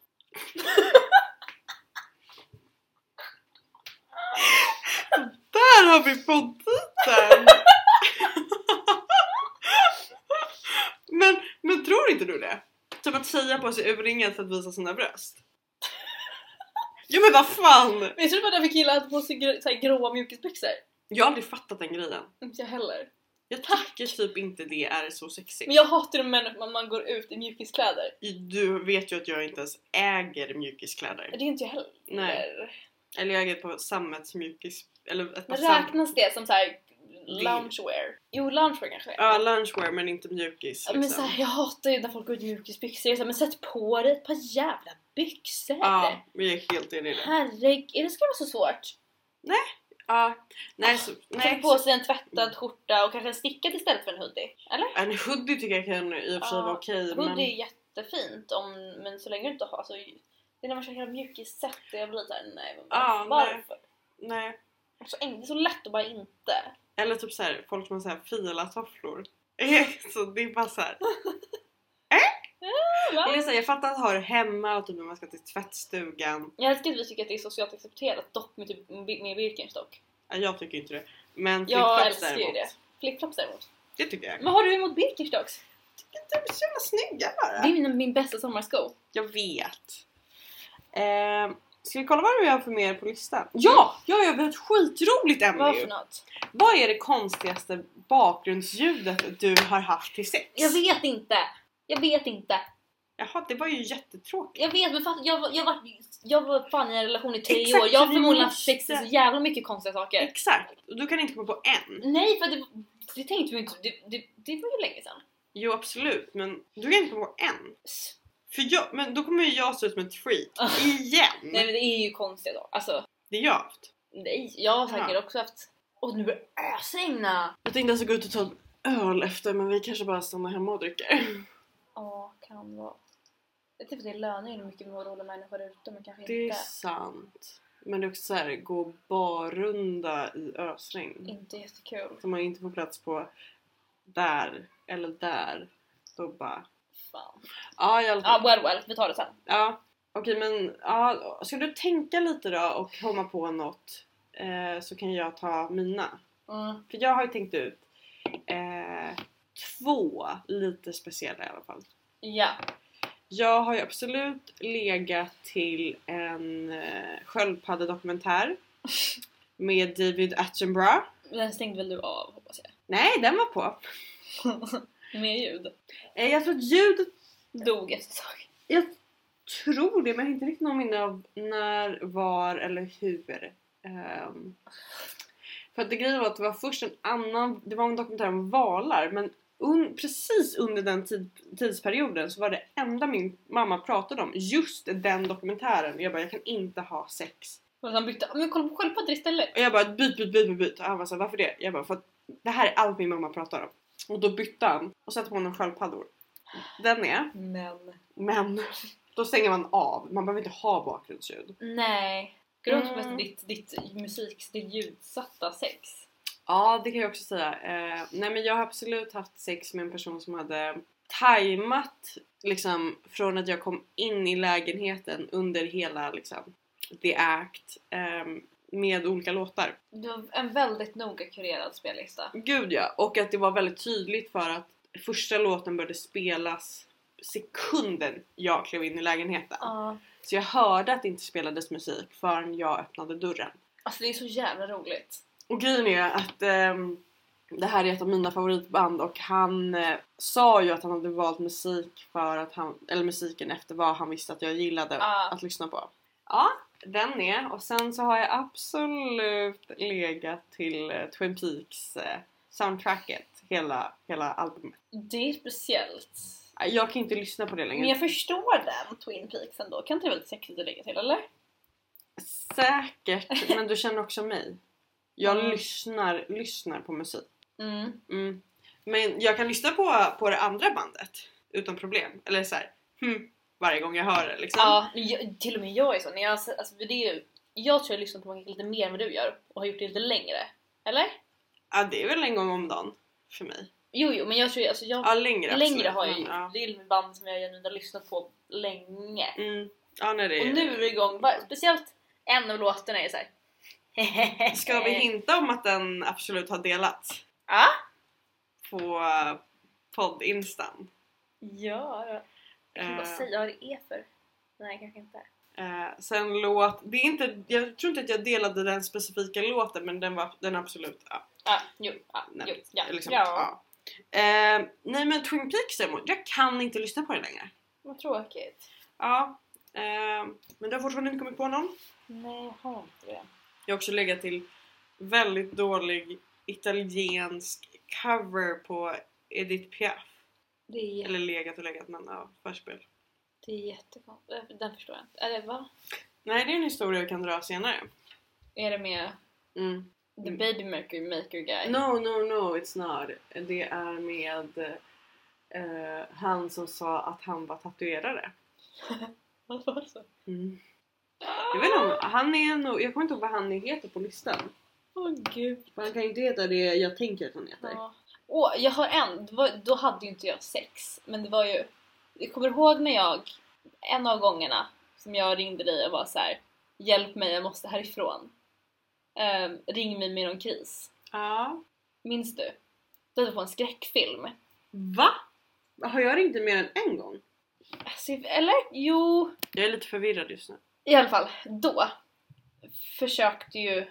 [SPEAKER 1] Där Där har vi poddtiteln! men, men tror inte du det? Som att tjejer på sig urringen för att visa sina bröst. Jo men vad fan!
[SPEAKER 2] Men jag tror det var därför killar hade på sig grå, så här, gråa mjukisbyxor.
[SPEAKER 1] Jag har aldrig fattat den grejen.
[SPEAKER 2] Inte jag heller.
[SPEAKER 1] Jag tycker typ inte det är så sexigt.
[SPEAKER 2] Men jag hatar de människor man, man går ut i mjukiskläder.
[SPEAKER 1] Du vet ju att jag inte ens äger mjukiskläder.
[SPEAKER 2] Det är inte jag heller.
[SPEAKER 1] Nej. Eller jag äger ett par sammetsmjukis... Eller ett par
[SPEAKER 2] Men
[SPEAKER 1] sam...
[SPEAKER 2] räknas det som så här loungewear? Jo, loungewear kanske.
[SPEAKER 1] Ja, lunchwear men inte mjukis
[SPEAKER 2] Ja,
[SPEAKER 1] liksom.
[SPEAKER 2] men så här, jag hatar ju när folk går ut i mjukisbyxor. Jag är så här, Men sätt på dig ett par jävla byxor!
[SPEAKER 1] Ja, vi är helt inne i det.
[SPEAKER 2] Herregud, det ska vara så svårt.
[SPEAKER 1] Ja, nej så...
[SPEAKER 2] Nej,
[SPEAKER 1] Nej,
[SPEAKER 2] på sig en tvättad skjorta och kanske en stickad istället för en hoodie. Eller?
[SPEAKER 1] En hoodie tycker jag kan i och för sig
[SPEAKER 2] Ja,
[SPEAKER 1] vara okej
[SPEAKER 2] Hoodie
[SPEAKER 1] men...
[SPEAKER 2] är jättefint om, men så länge du inte har så... Det är när man käkar mjukisset och jag blir såhär, nej men
[SPEAKER 1] Ja, nej.
[SPEAKER 2] varför?
[SPEAKER 1] Nej.
[SPEAKER 2] Så en- det är så lätt att bara inte.
[SPEAKER 1] Eller typ så här, folk som har så här filatofflor. Eh, så det är bara så här.
[SPEAKER 2] Va?
[SPEAKER 1] Eller så här, jag fattar att ha det hemma och typ när man ska till tvättstugan.
[SPEAKER 2] Jag älskar att vi tycker att det är socialt accepterat dock med, typ, med Birkenstock.
[SPEAKER 1] Ja, jag tycker inte det. Men
[SPEAKER 2] Jag
[SPEAKER 1] flipflops
[SPEAKER 2] älskar ju
[SPEAKER 1] däremot.
[SPEAKER 2] det. Flipflops däremot.
[SPEAKER 1] Det tycker jag.
[SPEAKER 2] Vad har du emot Birkenstocks?
[SPEAKER 1] De
[SPEAKER 2] typ,
[SPEAKER 1] är så jävla snygga bara.
[SPEAKER 2] Det är min, min bästa sommarsko.
[SPEAKER 1] Jag vet. Eh, ska vi kolla vad vi har för mer på listan? Ja! Ja, ja vi har ett skitroligt ämne
[SPEAKER 2] Vad för
[SPEAKER 1] ju.
[SPEAKER 2] något?
[SPEAKER 1] Vad är det konstigaste bakgrundsljudet du har haft till sex?
[SPEAKER 2] Jag vet inte! Jag vet inte!
[SPEAKER 1] Jaha, det var ju jättetråkigt.
[SPEAKER 2] Jag vet men fan, jag, var- jag, var, jag var fan i en relation i tre
[SPEAKER 1] Exakt,
[SPEAKER 2] år. Jag har
[SPEAKER 1] vi
[SPEAKER 2] förmodligen haft
[SPEAKER 1] måste-
[SPEAKER 2] sex i så jävla mycket konstiga saker.
[SPEAKER 1] Exakt! Och du kan inte komma på en.
[SPEAKER 2] Nej för det, det tänkte vi inte, det, det, det var ju länge sedan.
[SPEAKER 1] Jo absolut, men du kan inte komma på en.
[SPEAKER 2] S-
[SPEAKER 1] För jag, men då kommer ju jag se ut som ett freak.
[SPEAKER 2] Ah. Nej
[SPEAKER 1] Igen!
[SPEAKER 2] men det är ju konstigt då. Alltså
[SPEAKER 1] Det är jag haft.
[SPEAKER 2] nej, jag har säkert också haft... Åh nu börjar det ösregna!
[SPEAKER 1] Jag tänkte alltså gå ut och ta en öl efter men vi kanske bara stannar hemma och dricker.
[SPEAKER 2] Ja, kan vara. Jag tycker det lönar ju mycket med oroliga människor ute men kanske
[SPEAKER 1] Det är
[SPEAKER 2] inte,
[SPEAKER 1] sant. Men det är också så här, gå barrunda i ösregn.
[SPEAKER 2] inte jättekul.
[SPEAKER 1] Så man inte får plats på där eller där. Då bara...
[SPEAKER 2] Fan.
[SPEAKER 1] Ja, i alla
[SPEAKER 2] Ja
[SPEAKER 1] fall.
[SPEAKER 2] well well, vi tar det sen.
[SPEAKER 1] Ja. Okej men ja, ska du tänka lite då och komma på något eh, så kan jag ta mina.
[SPEAKER 2] Mm.
[SPEAKER 1] För jag har ju tänkt ut eh, två lite speciella i alla fall.
[SPEAKER 2] Ja.
[SPEAKER 1] Jag har ju absolut legat till en eh, sköldpaddedokumentär med David Attenborough.
[SPEAKER 2] Den stängde väl du av hoppas jag?
[SPEAKER 1] Nej, den var på.
[SPEAKER 2] Med ljud.
[SPEAKER 1] Eh, jag tror att ljudet,
[SPEAKER 2] Dog efter ett tag.
[SPEAKER 1] jag tror det men jag har inte riktigt någon minne av när, var eller hur. Ehm, för att det grejen var att det var först en annan, det var en dokumentär om valar men un, precis under den tid, tidsperioden så var det enda min mamma pratade om just den dokumentären. Jag bara jag kan inte ha sex
[SPEAKER 2] Och sen bytte, men kolla på sköldpaddor istället.
[SPEAKER 1] Och jag bara byt, byt, byt, byt, byt. Och han var såhär varför det? Jag bara för att det här är allt min mamma pratar om. Och då bytte han och satte på honom sköldpaddor. Den är,
[SPEAKER 2] Men.
[SPEAKER 1] men då stänger man av. Man behöver inte ha bakgrundsljud.
[SPEAKER 2] Nej. Grovt
[SPEAKER 1] Mm.
[SPEAKER 2] mm. ditt, ditt musik, ditt ljudsatta sex.
[SPEAKER 1] Ja, det kan jag också säga. Eh, nej men jag har absolut haft sex med en person som hade tajmat liksom från att jag kom in i lägenheten under hela liksom the act ehm, med olika låtar.
[SPEAKER 2] Du har en väldigt noga kurerad spellista.
[SPEAKER 1] Gud ja, och att det var väldigt tydligt för att första låten började spelas sekunden jag klev in i lägenheten.
[SPEAKER 2] Ja.
[SPEAKER 1] Så jag hörde att det inte spelades musik förrän jag öppnade dörren.
[SPEAKER 2] Alltså det är så jävla roligt.
[SPEAKER 1] Och grejen är att ehm, det här är ett av mina favoritband och han eh, sa ju att han hade valt musik för att han, eller musiken efter vad han visste att jag gillade
[SPEAKER 2] Ja.
[SPEAKER 1] att lyssna på. Ja, den är. Och sen så har jag absolut legat till eh, Twin Peaks eh, soundtracket, hela, hela albumet. Äh,
[SPEAKER 2] Det är speciellt.
[SPEAKER 1] Jag kan inte lyssna på det
[SPEAKER 2] Men
[SPEAKER 1] längre.
[SPEAKER 2] jag förstår den Twin Peaks ändå. Kan inte det vara lite sexigt att lägga till eller?
[SPEAKER 1] Säkert, men du känner också mig. Jag
[SPEAKER 2] Mm.
[SPEAKER 1] lyssnar, lyssnar på musik.
[SPEAKER 2] Mm.
[SPEAKER 1] Mm. Men jag kan lyssna på, på det andra bandet utan problem. Eller så här, hmm, varje gång jag hör det liksom.
[SPEAKER 2] Ja, men jag, till och med jag är så. När jag, alltså, det är ju, jag tror jag lyssnar på många lite mer än vad du gör och har gjort det lite längre. Eller?
[SPEAKER 1] Ja, det är väl en gång om dagen för mig.
[SPEAKER 2] Jo, jo, men jag tror alltså, jag,
[SPEAKER 1] Ja, längre
[SPEAKER 2] längre
[SPEAKER 1] absolut,
[SPEAKER 2] har jag
[SPEAKER 1] men,
[SPEAKER 2] ju.
[SPEAKER 1] ja.
[SPEAKER 2] Det är ju band som jag genuint har lyssnat på länge.
[SPEAKER 1] Mm. Ja, nej, det är...
[SPEAKER 2] Och nu är vi igång, Bara- speciellt en av låtarna är såhär
[SPEAKER 1] Ska vi hinta om att den absolut har delats?
[SPEAKER 2] Ja.
[SPEAKER 1] På eh, poddinstan.
[SPEAKER 2] Ja, ja. Jag kan bara
[SPEAKER 1] Eh.
[SPEAKER 2] säga vad det är för. Nej, kanske inte.
[SPEAKER 1] Eh, sen låt, det är inte, jag tror inte att jag delade den specifika låten men den var den absolut, ja.
[SPEAKER 2] Ja, jo, ja,
[SPEAKER 1] Nej,
[SPEAKER 2] jo, ja.
[SPEAKER 1] Liksom,
[SPEAKER 2] ja.
[SPEAKER 1] ja. Eh, nej men Twin Peaks däremot, jag kan inte lyssna på det längre.
[SPEAKER 2] Vad tråkigt.
[SPEAKER 1] Ja. Eh, men du har fortfarande inte kommit på någon?
[SPEAKER 2] Nej, jag har inte det.
[SPEAKER 1] Jag har också legat till väldigt dålig italiensk cover på Edith Piaf.
[SPEAKER 2] Det är,
[SPEAKER 1] Eller legat och legat men ja, förspel.
[SPEAKER 2] det är jättekonstigt. Eh, Den förstår jag inte. Eller va?
[SPEAKER 1] Nej det är en historia vi kan dra senare.
[SPEAKER 2] Är det med
[SPEAKER 1] Mm.
[SPEAKER 2] The
[SPEAKER 1] Mm.
[SPEAKER 2] Baby Mercury Maker Guy?
[SPEAKER 1] No, no, no, it's not. Det är med eh, han som sa att han var tatuerare.
[SPEAKER 2] Vad var det så?
[SPEAKER 1] Mm. Jag vet inte om, han är nog, jag kommer inte ihåg vad han heter på listan.
[SPEAKER 2] Åh gud.
[SPEAKER 1] Men han kan ju inte heta det jag tänker att han heter.
[SPEAKER 2] Ja. Åh, jag har en. Det var, då hade ju inte jag sex. Men det var ju... Jag kommer ihåg när jag... En av gångerna som jag ringde dig och var så här. Hjälp mig, jag måste härifrån. Ehm, ring mig med någon kris.
[SPEAKER 1] Ja.
[SPEAKER 2] Minns du? Det var på en skräckfilm.
[SPEAKER 1] Va? Har jag ringt dig mer än en gång?
[SPEAKER 2] Alltså, eller? Jo.
[SPEAKER 1] Jag är lite förvirrad just nu.
[SPEAKER 2] I alla fall, då försökte ju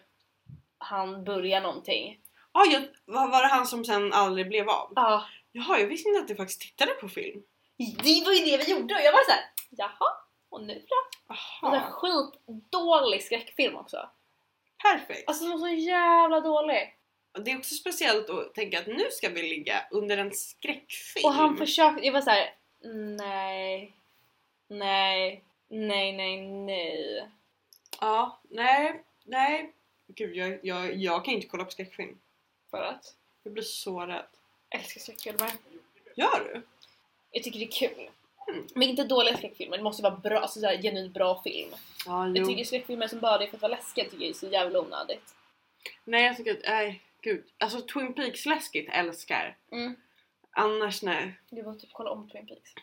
[SPEAKER 2] han börja någonting.
[SPEAKER 1] Ah, jag, vad var det han som sen aldrig blev av?
[SPEAKER 2] Ja.
[SPEAKER 1] Jaha, jag visste inte att du faktiskt tittade på film.
[SPEAKER 2] Det var ju det vi gjorde och jag var så här. jaha, och nu då? Och en
[SPEAKER 1] Aha,
[SPEAKER 2] skitdålig skräckfilm också.
[SPEAKER 1] perfekt.
[SPEAKER 2] Alltså den var så jävla dålig.
[SPEAKER 1] Och Det är också speciellt att tänka att nu ska vi ligga under en skräckfilm.
[SPEAKER 2] Och han försökte, jag var så här. nej, nej, nej, nej, nej.
[SPEAKER 1] Ja, nej, nej. Gud, jag, jag, jag kan inte kolla på skräckfilm.
[SPEAKER 2] För att
[SPEAKER 1] Jag blir så rädd.
[SPEAKER 2] jag älskar skräckfilmer.
[SPEAKER 1] Gör du?
[SPEAKER 2] Jag tycker det är kul.
[SPEAKER 1] Mm.
[SPEAKER 2] Men inte dåliga skräckfilmer, det måste vara bra, alltså så här, genuint bra film.
[SPEAKER 1] Ja,
[SPEAKER 2] Jag tycker skräckfilmer som bara är för att vara läskiga tycker jag är så jävla onödigt.
[SPEAKER 1] Nej, jag tycker att, nej, gud. Alltså Twin Peaks läskigt älskar.
[SPEAKER 2] Mm.
[SPEAKER 1] Annars nej.
[SPEAKER 2] Du borde typ kolla om Twin Peaks.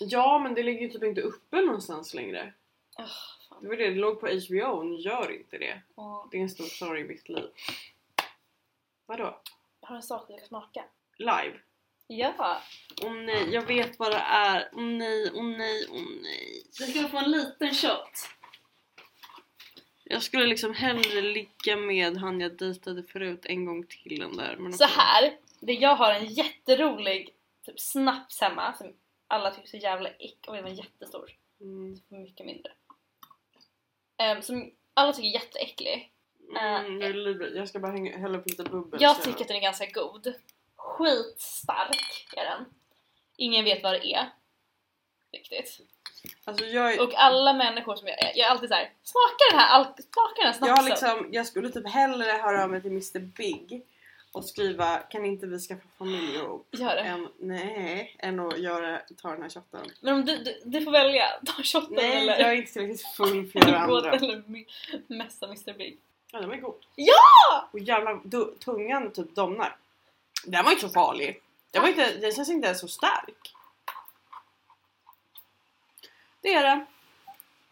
[SPEAKER 1] Ja, men det ligger ju typ inte uppe någonstans längre.
[SPEAKER 2] Ah, fan.
[SPEAKER 1] Det var det, det låg på HBO, nu gör inte det.
[SPEAKER 2] Åh.
[SPEAKER 1] Det är en stor sorg i mitt liv. Vadå?
[SPEAKER 2] Jag har en sak jag ska smaka.
[SPEAKER 1] Live?
[SPEAKER 2] Ja!
[SPEAKER 1] Åh nej, jag vet vad det är. Åh nej, åh nej, åh nej.
[SPEAKER 2] Du ska få en liten shot.
[SPEAKER 1] Jag skulle liksom hellre ligga med han jag dejtade förut en gång till än där. Men
[SPEAKER 2] Så
[SPEAKER 1] okej.
[SPEAKER 2] här, det jag har en jätterolig typ, snaps hemma som alla tycker är så jävla äck... Oj, den var jättestor.
[SPEAKER 1] Mm,
[SPEAKER 2] Mycket mindre. Ehm, som alla tycker är jätteäcklig.
[SPEAKER 1] mm, jag är livrädd. jag ska bara hänga, hälla upp lite bubbel.
[SPEAKER 2] Eh, Jag
[SPEAKER 1] så
[SPEAKER 2] tycker att den är ganska god. Skitstark är den. Ingen vet vad det är. Riktigt.
[SPEAKER 1] Alltså jag, är-
[SPEAKER 2] Och alla människor som jag... Jag är alltid så här. smaka den här, al- smaka den här
[SPEAKER 1] jag, har
[SPEAKER 2] snapsen.
[SPEAKER 1] liksom, jag skulle typ hellre höra av mig till Mr Big och skriva kan inte vi skaffa familj ihop?
[SPEAKER 2] Gör det.
[SPEAKER 1] Än, nej, än att göra, ta den här shotten.
[SPEAKER 2] Men om du, du, du får välja, ta shotten
[SPEAKER 1] Nej,
[SPEAKER 2] eller...
[SPEAKER 1] jag är inte tillräckligt full för att göra
[SPEAKER 2] Gå åt
[SPEAKER 1] andra.
[SPEAKER 2] eller me- messa Mr Big.
[SPEAKER 1] Ja, den var god.
[SPEAKER 2] Ja!
[SPEAKER 1] Och jävla du, tungan typ domnar. Den var inte så farlig. Den, var inte, den känns inte ens så stark. Det är den.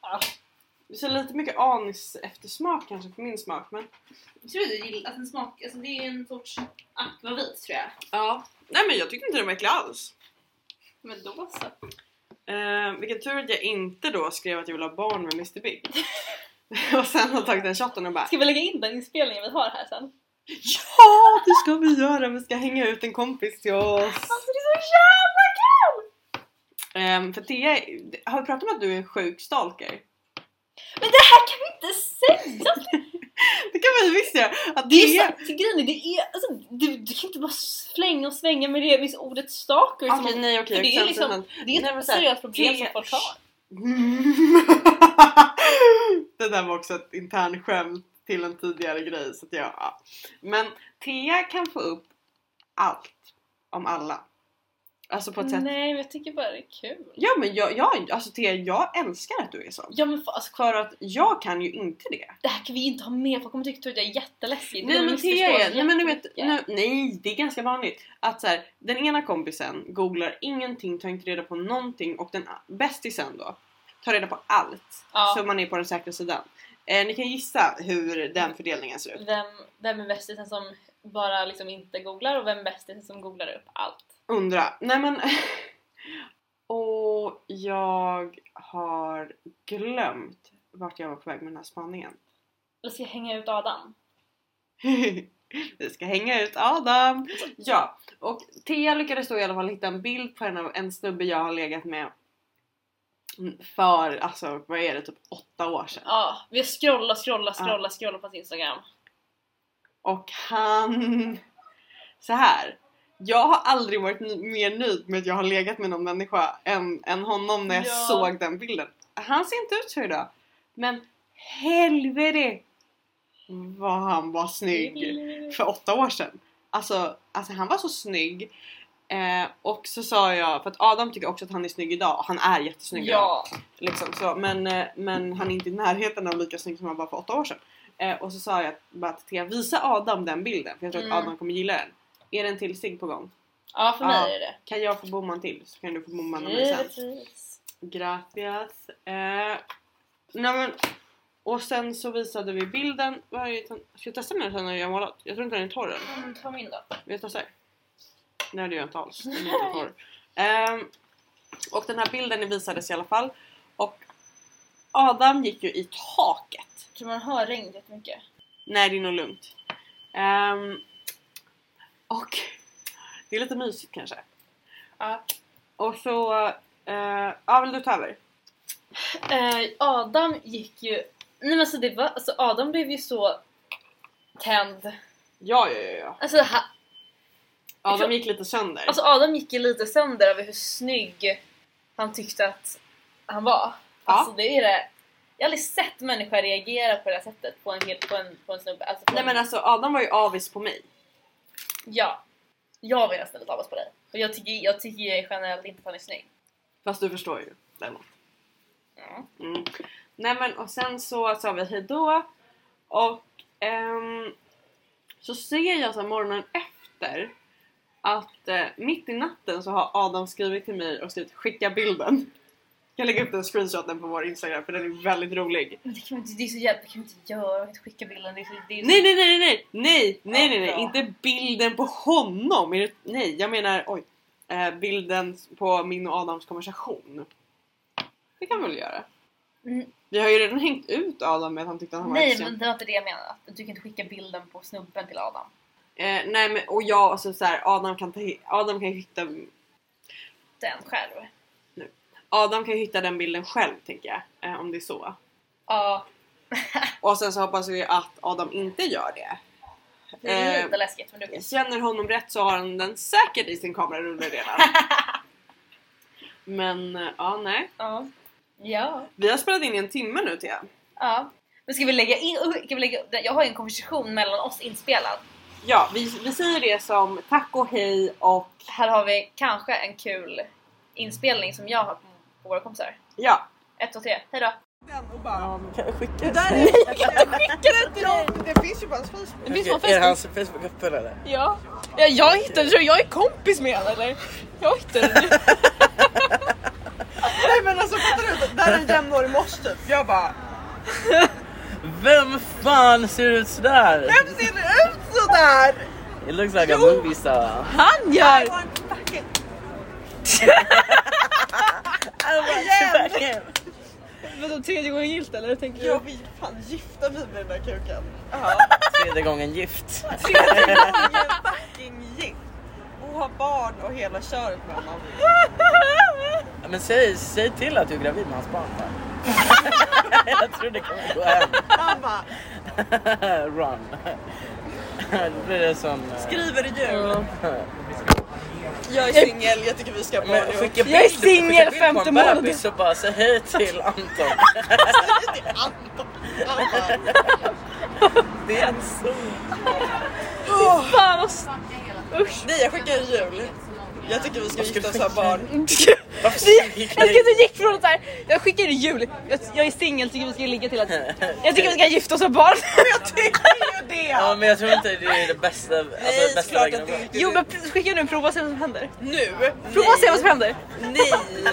[SPEAKER 2] Ja.
[SPEAKER 1] Det ser lite mycket anis eftersmak kanske för min smak men
[SPEAKER 2] Jag tror du gillar att den smakar, alltså det är en sorts akvavit tror jag.
[SPEAKER 1] ja. Nej men jag tycker inte den var äcklig alls.
[SPEAKER 2] Men då så.
[SPEAKER 1] Eh, vilken tur att jag inte då skrev att jag vill ha barn med Mr Big. och sen har tagit den shotten och bara
[SPEAKER 2] Ska vi lägga in den inspelningen vi har här sen?
[SPEAKER 1] Ja det ska vi göra, vi ska hänga ut en kompis till oss.
[SPEAKER 2] Alltså det är så jävla kul!
[SPEAKER 1] Ehm, för Thea, har vi pratat om att du är en sjuk stalker?
[SPEAKER 2] Men det här kan vi inte säga!
[SPEAKER 1] Det kan vi visst göra! Att
[SPEAKER 2] Det är ju
[SPEAKER 1] Thea-
[SPEAKER 2] så, till grejen är, det är, alltså du, du kan inte bara slänga och svänga med det, med ordet stalker. som-
[SPEAKER 1] Okej, nej okej.
[SPEAKER 2] för det är
[SPEAKER 1] exempel
[SPEAKER 2] liksom-
[SPEAKER 1] som-
[SPEAKER 2] det är
[SPEAKER 1] Nej,
[SPEAKER 2] ett
[SPEAKER 1] men så här,
[SPEAKER 2] seriöst problem
[SPEAKER 1] det-
[SPEAKER 2] som folk har.
[SPEAKER 1] Mm. det där var också ett internt skämt till en tidigare grej. Så att jag, ja. Men Thea kan få upp allt om alla. Alltså på ett sätt.
[SPEAKER 2] Nej men jag tycker bara det är kul.
[SPEAKER 1] Ja men jag, jag, alltså Thea, jag älskar att du är så.
[SPEAKER 2] Ja men fa- alltså,
[SPEAKER 1] För att jag kan ju inte det.
[SPEAKER 2] det här kan vi inte ha med, folk kommer tycka att jag är jätteläskig.
[SPEAKER 1] Nej men Thea
[SPEAKER 2] missförstå
[SPEAKER 1] är,
[SPEAKER 2] oss
[SPEAKER 1] nej men du vet,
[SPEAKER 2] jättemycket.
[SPEAKER 1] nu, nej det är ganska vanligt att så här, den ena kompisen googlar ingenting, tar inte reda på någonting och den a- bästisen då tar reda på allt
[SPEAKER 2] Ja.
[SPEAKER 1] så man är på den säkra sidan. Eh, ni kan gissa hur den fördelningen ser ut.
[SPEAKER 2] Vem, vem är bästisen som bara liksom inte googlar och vem är bästisen som googlar upp allt?
[SPEAKER 1] Undra. Nej men... Och jag har glömt vart jag var på väg med den här spaningen.
[SPEAKER 2] Eller ska jag hänga ut Adam?
[SPEAKER 1] Vi ska hänga ut Adam! Ja, och Thea lyckades då i alla fall hitta en bild på en, av- en snubbe jag har legat med för, alltså vad är det, typ åtta år sedan.
[SPEAKER 2] Ja, vi scrollar, scrollar, scrollar, scrollar på hans instagram.
[SPEAKER 1] Och han... Så här. Jag har aldrig varit ny- mer nöjd med att jag har legat med någon människa än, än honom när jag
[SPEAKER 2] Ja.
[SPEAKER 1] såg den bilden. Han ser inte ut så idag. Men helvete vad han var snygg för åtta år sedan. Alltså, alltså han var så snygg. Eh, och så sa jag, för att Adam tycker också att han är snygg idag. Han är jättesnygg idag.
[SPEAKER 2] Ja,
[SPEAKER 1] Liksom så. Men, eh, men han är inte i närheten av lika snygg som han var för åtta år sedan. Eh, och så sa jag bara till Thea, visa Adam den bilden för jag tror
[SPEAKER 2] Mm.
[SPEAKER 1] att Adam kommer gilla den. Är det en till sig på gång?
[SPEAKER 2] ja för
[SPEAKER 1] Ja.
[SPEAKER 2] mig är det
[SPEAKER 1] Kan jag få bomman till så kan du få bomman av
[SPEAKER 2] det.
[SPEAKER 1] mig sen.
[SPEAKER 2] Givetvis.
[SPEAKER 1] Gracias. Eh, nej men, och sen så visade vi bilden. Vad är det? som- Ska jag testa den här sen när jag har målat? Jag tror inte den är torr än.
[SPEAKER 2] Mm, Ta min då.
[SPEAKER 1] Vill jag testa? Nej det gör jag inte alls. Den är inte torr. Ehm, och den här bilden visades i alla fall. Och Adam gick ju i taket.
[SPEAKER 2] Tror man hör regn jättemycket?
[SPEAKER 1] Nej det är nog lugnt. Ehm, och det är lite mysigt kanske.
[SPEAKER 2] Ja.
[SPEAKER 1] Och så... eh, ja vill du ta över?
[SPEAKER 2] Eh, Adam gick ju... Nej men alltså det var... Alltså Adam blev ju så tänd.
[SPEAKER 1] Ja ja ja. ja.
[SPEAKER 2] Alltså, ha,
[SPEAKER 1] Adam gick lite sönder.
[SPEAKER 2] alltså Adam gick ju lite sönder över hur snygg han tyckte att han var.
[SPEAKER 1] Ja.
[SPEAKER 2] Alltså det är det... Jag har aldrig sett människor reagera på det här sättet på en, hel, på en, på en snubbe. Alltså på
[SPEAKER 1] Nej
[SPEAKER 2] en,
[SPEAKER 1] men alltså Adam var ju avis på mig.
[SPEAKER 2] Ja. Jag vill nästan lite avundas på dig. Och jag tycker, jag tycker ju generellt inte att han är snygg.
[SPEAKER 1] Fast du förstår ju. Lennart.
[SPEAKER 2] Ja.
[SPEAKER 1] Mm. Nej men och sen så sa vi hejdå och ehm, så ser jag så här morgonen efter att eh, mitt i natten så har Adam skrivit till mig och skrivit skicka bilden. Jag lägger upp den screenshoten på vår instagram för den är väldigt rolig.
[SPEAKER 2] Men det kan man inte, det är så jävla, det kan man inte göra, man kan inte skicka bilden. Det är så, det är så,
[SPEAKER 1] Nej nej nej nej nej nej nej nej inte bilden på honom! Är det, nej jag menar oj eh, bilden på min och Adams konversation. Det kan vi väl göra?
[SPEAKER 2] Mm.
[SPEAKER 1] Vi har ju redan hängt ut Adam med att han tyckte att han var
[SPEAKER 2] Nej
[SPEAKER 1] extrem.
[SPEAKER 2] men det var inte det jag menade. Att Du kan inte skicka bilden på snubben till Adam.
[SPEAKER 1] Eh, nej men och jag, alltså så här, Adam kan ta, Adam kan ju hitta
[SPEAKER 2] Den själv.
[SPEAKER 1] Adam kan ju hitta den bilden själv tänker jag. Eh, om det är så.
[SPEAKER 2] Ja,
[SPEAKER 1] Och sen så hoppas vi att Adam inte gör det.
[SPEAKER 2] det är lite
[SPEAKER 1] Eh,
[SPEAKER 2] läskigt men du
[SPEAKER 1] jag känner honom rätt så har han den säkert i sin kamerarulle redan. men eh, ja nej.
[SPEAKER 2] Ja. Ja.
[SPEAKER 1] Vi har spelat in i en timme nu Thea.
[SPEAKER 2] ja. Men ska vi lägga in... Kan vi lägga, jag har ju en konversation mellan oss inspelad.
[SPEAKER 1] Ja vi, vi säger det som tack och hej och
[SPEAKER 2] Här har vi kanske en kul inspelning som jag har på, på våra kompisar.
[SPEAKER 1] ja.
[SPEAKER 2] Ett, två, tre, hejdå!
[SPEAKER 1] Och bara, kan jag skicka
[SPEAKER 3] Det där är-
[SPEAKER 1] Det finns ju på hans Facebook.
[SPEAKER 3] Okej, Är det hans Facebook-öppen eller?
[SPEAKER 4] Ja. ja jag hittade tror jag är kompis med honom eller? Jag hittade den.
[SPEAKER 1] Nej men alltså fattar du? Där är en jämnårig mors typ. Jag bara
[SPEAKER 3] Vem fan ser ut sådär?
[SPEAKER 1] Vem ser det ut sådär?
[SPEAKER 3] It looks like a movie star.
[SPEAKER 4] Han gör!
[SPEAKER 3] Igen!
[SPEAKER 4] Vadå tredje gången gilt eller? Tänker du?
[SPEAKER 1] Jag vill fan gifta mig med den där kuken.
[SPEAKER 3] Tredje gången gift.
[SPEAKER 1] Tredje gången fucking gift. Och ha barn och hela köret med honom.
[SPEAKER 3] Men säg, säg till att du är gravid med hans barn va? Jag tror det kommer gå hem.
[SPEAKER 1] Han bara
[SPEAKER 3] Run. Då blir det som... eh,
[SPEAKER 1] skriver i jul. Jag är singel, jag tycker vi ska ha barn
[SPEAKER 3] Men
[SPEAKER 1] ihop.
[SPEAKER 3] skicka bild,
[SPEAKER 4] Jag är
[SPEAKER 3] skicka bild
[SPEAKER 4] singel
[SPEAKER 3] på en
[SPEAKER 4] femte
[SPEAKER 3] bebis
[SPEAKER 4] månaden.
[SPEAKER 3] och bara säg hej till Anton. Det är en son.
[SPEAKER 4] Fan vad... s- Usch!
[SPEAKER 1] Nej jag skickar i jul. Jag tycker vi ska
[SPEAKER 3] ska
[SPEAKER 1] gifta
[SPEAKER 3] du
[SPEAKER 1] oss och ha
[SPEAKER 3] skicka?
[SPEAKER 1] barn.
[SPEAKER 3] Varför
[SPEAKER 4] Det- Jag
[SPEAKER 3] skriker
[SPEAKER 4] tycker att
[SPEAKER 3] du?
[SPEAKER 4] du gick från att såhär, jag skickar i jul, jag, jag är singel tycker vi ska ligga till att jag tycker vi ska gifta oss och ha barn.
[SPEAKER 1] Jag tycker ju
[SPEAKER 3] Ja
[SPEAKER 1] det!
[SPEAKER 3] men jag tror inte det är det bästa, alltså
[SPEAKER 1] Nej
[SPEAKER 3] det bästa
[SPEAKER 1] såklart att
[SPEAKER 3] vägen att
[SPEAKER 1] det
[SPEAKER 3] gå.
[SPEAKER 1] inte
[SPEAKER 4] Jo
[SPEAKER 1] är
[SPEAKER 4] men pr- skicka nu prova och se vad som händer.
[SPEAKER 1] Nu!
[SPEAKER 4] Prova och se vad som händer.
[SPEAKER 1] Nej!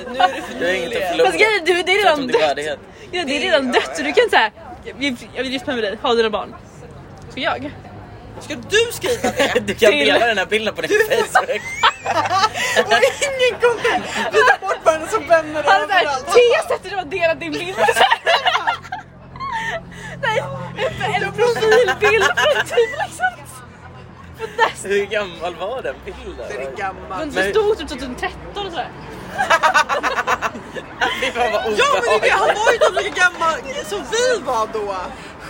[SPEAKER 1] Nu är det för
[SPEAKER 3] Du har inget att
[SPEAKER 1] nyligen.
[SPEAKER 3] förlora.
[SPEAKER 4] Fast grejen är, du- det är
[SPEAKER 3] Förutom
[SPEAKER 4] redan
[SPEAKER 3] din
[SPEAKER 4] dött.
[SPEAKER 3] värdighet.
[SPEAKER 4] Ja, det är redan dött så du kan såhär, Jag vill, jag vill gifta mig med dig, ha dina barn. Så jag.
[SPEAKER 5] Ska du skriva det?
[SPEAKER 3] Du kan
[SPEAKER 4] Till-
[SPEAKER 3] dela den här bilden på din Facebook.
[SPEAKER 5] Och ingen kontext! Vi tar bort varandra som vänner
[SPEAKER 4] Han är såhär,
[SPEAKER 5] överallt.
[SPEAKER 4] Tia sätter du har delat din bild. Nej, en- en profilbild från typ liksom. På Dest-
[SPEAKER 3] Hur gammal var den bilden?
[SPEAKER 5] Den är gammal.
[SPEAKER 4] Men det stod typ 2013 och sådär.
[SPEAKER 3] Fy fan vad
[SPEAKER 5] Ja men det är det, han
[SPEAKER 3] obehagligt.
[SPEAKER 5] var ju typ lika gammal som vi var då!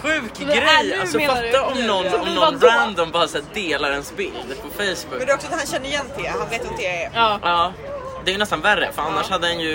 [SPEAKER 3] Sjuk
[SPEAKER 4] Men är
[SPEAKER 3] grej!
[SPEAKER 4] nu,
[SPEAKER 3] Alltså
[SPEAKER 4] menar du?
[SPEAKER 3] fatta om någon,
[SPEAKER 4] Som
[SPEAKER 3] om
[SPEAKER 4] vi
[SPEAKER 3] någon
[SPEAKER 4] var då.
[SPEAKER 3] random bara så här delar ens bild på Facebook.
[SPEAKER 5] Men det är också att han känner igen Thea, han vet vem Thea är.
[SPEAKER 4] Ja.
[SPEAKER 3] Ja, det är ju nästan värre för annars hade den ju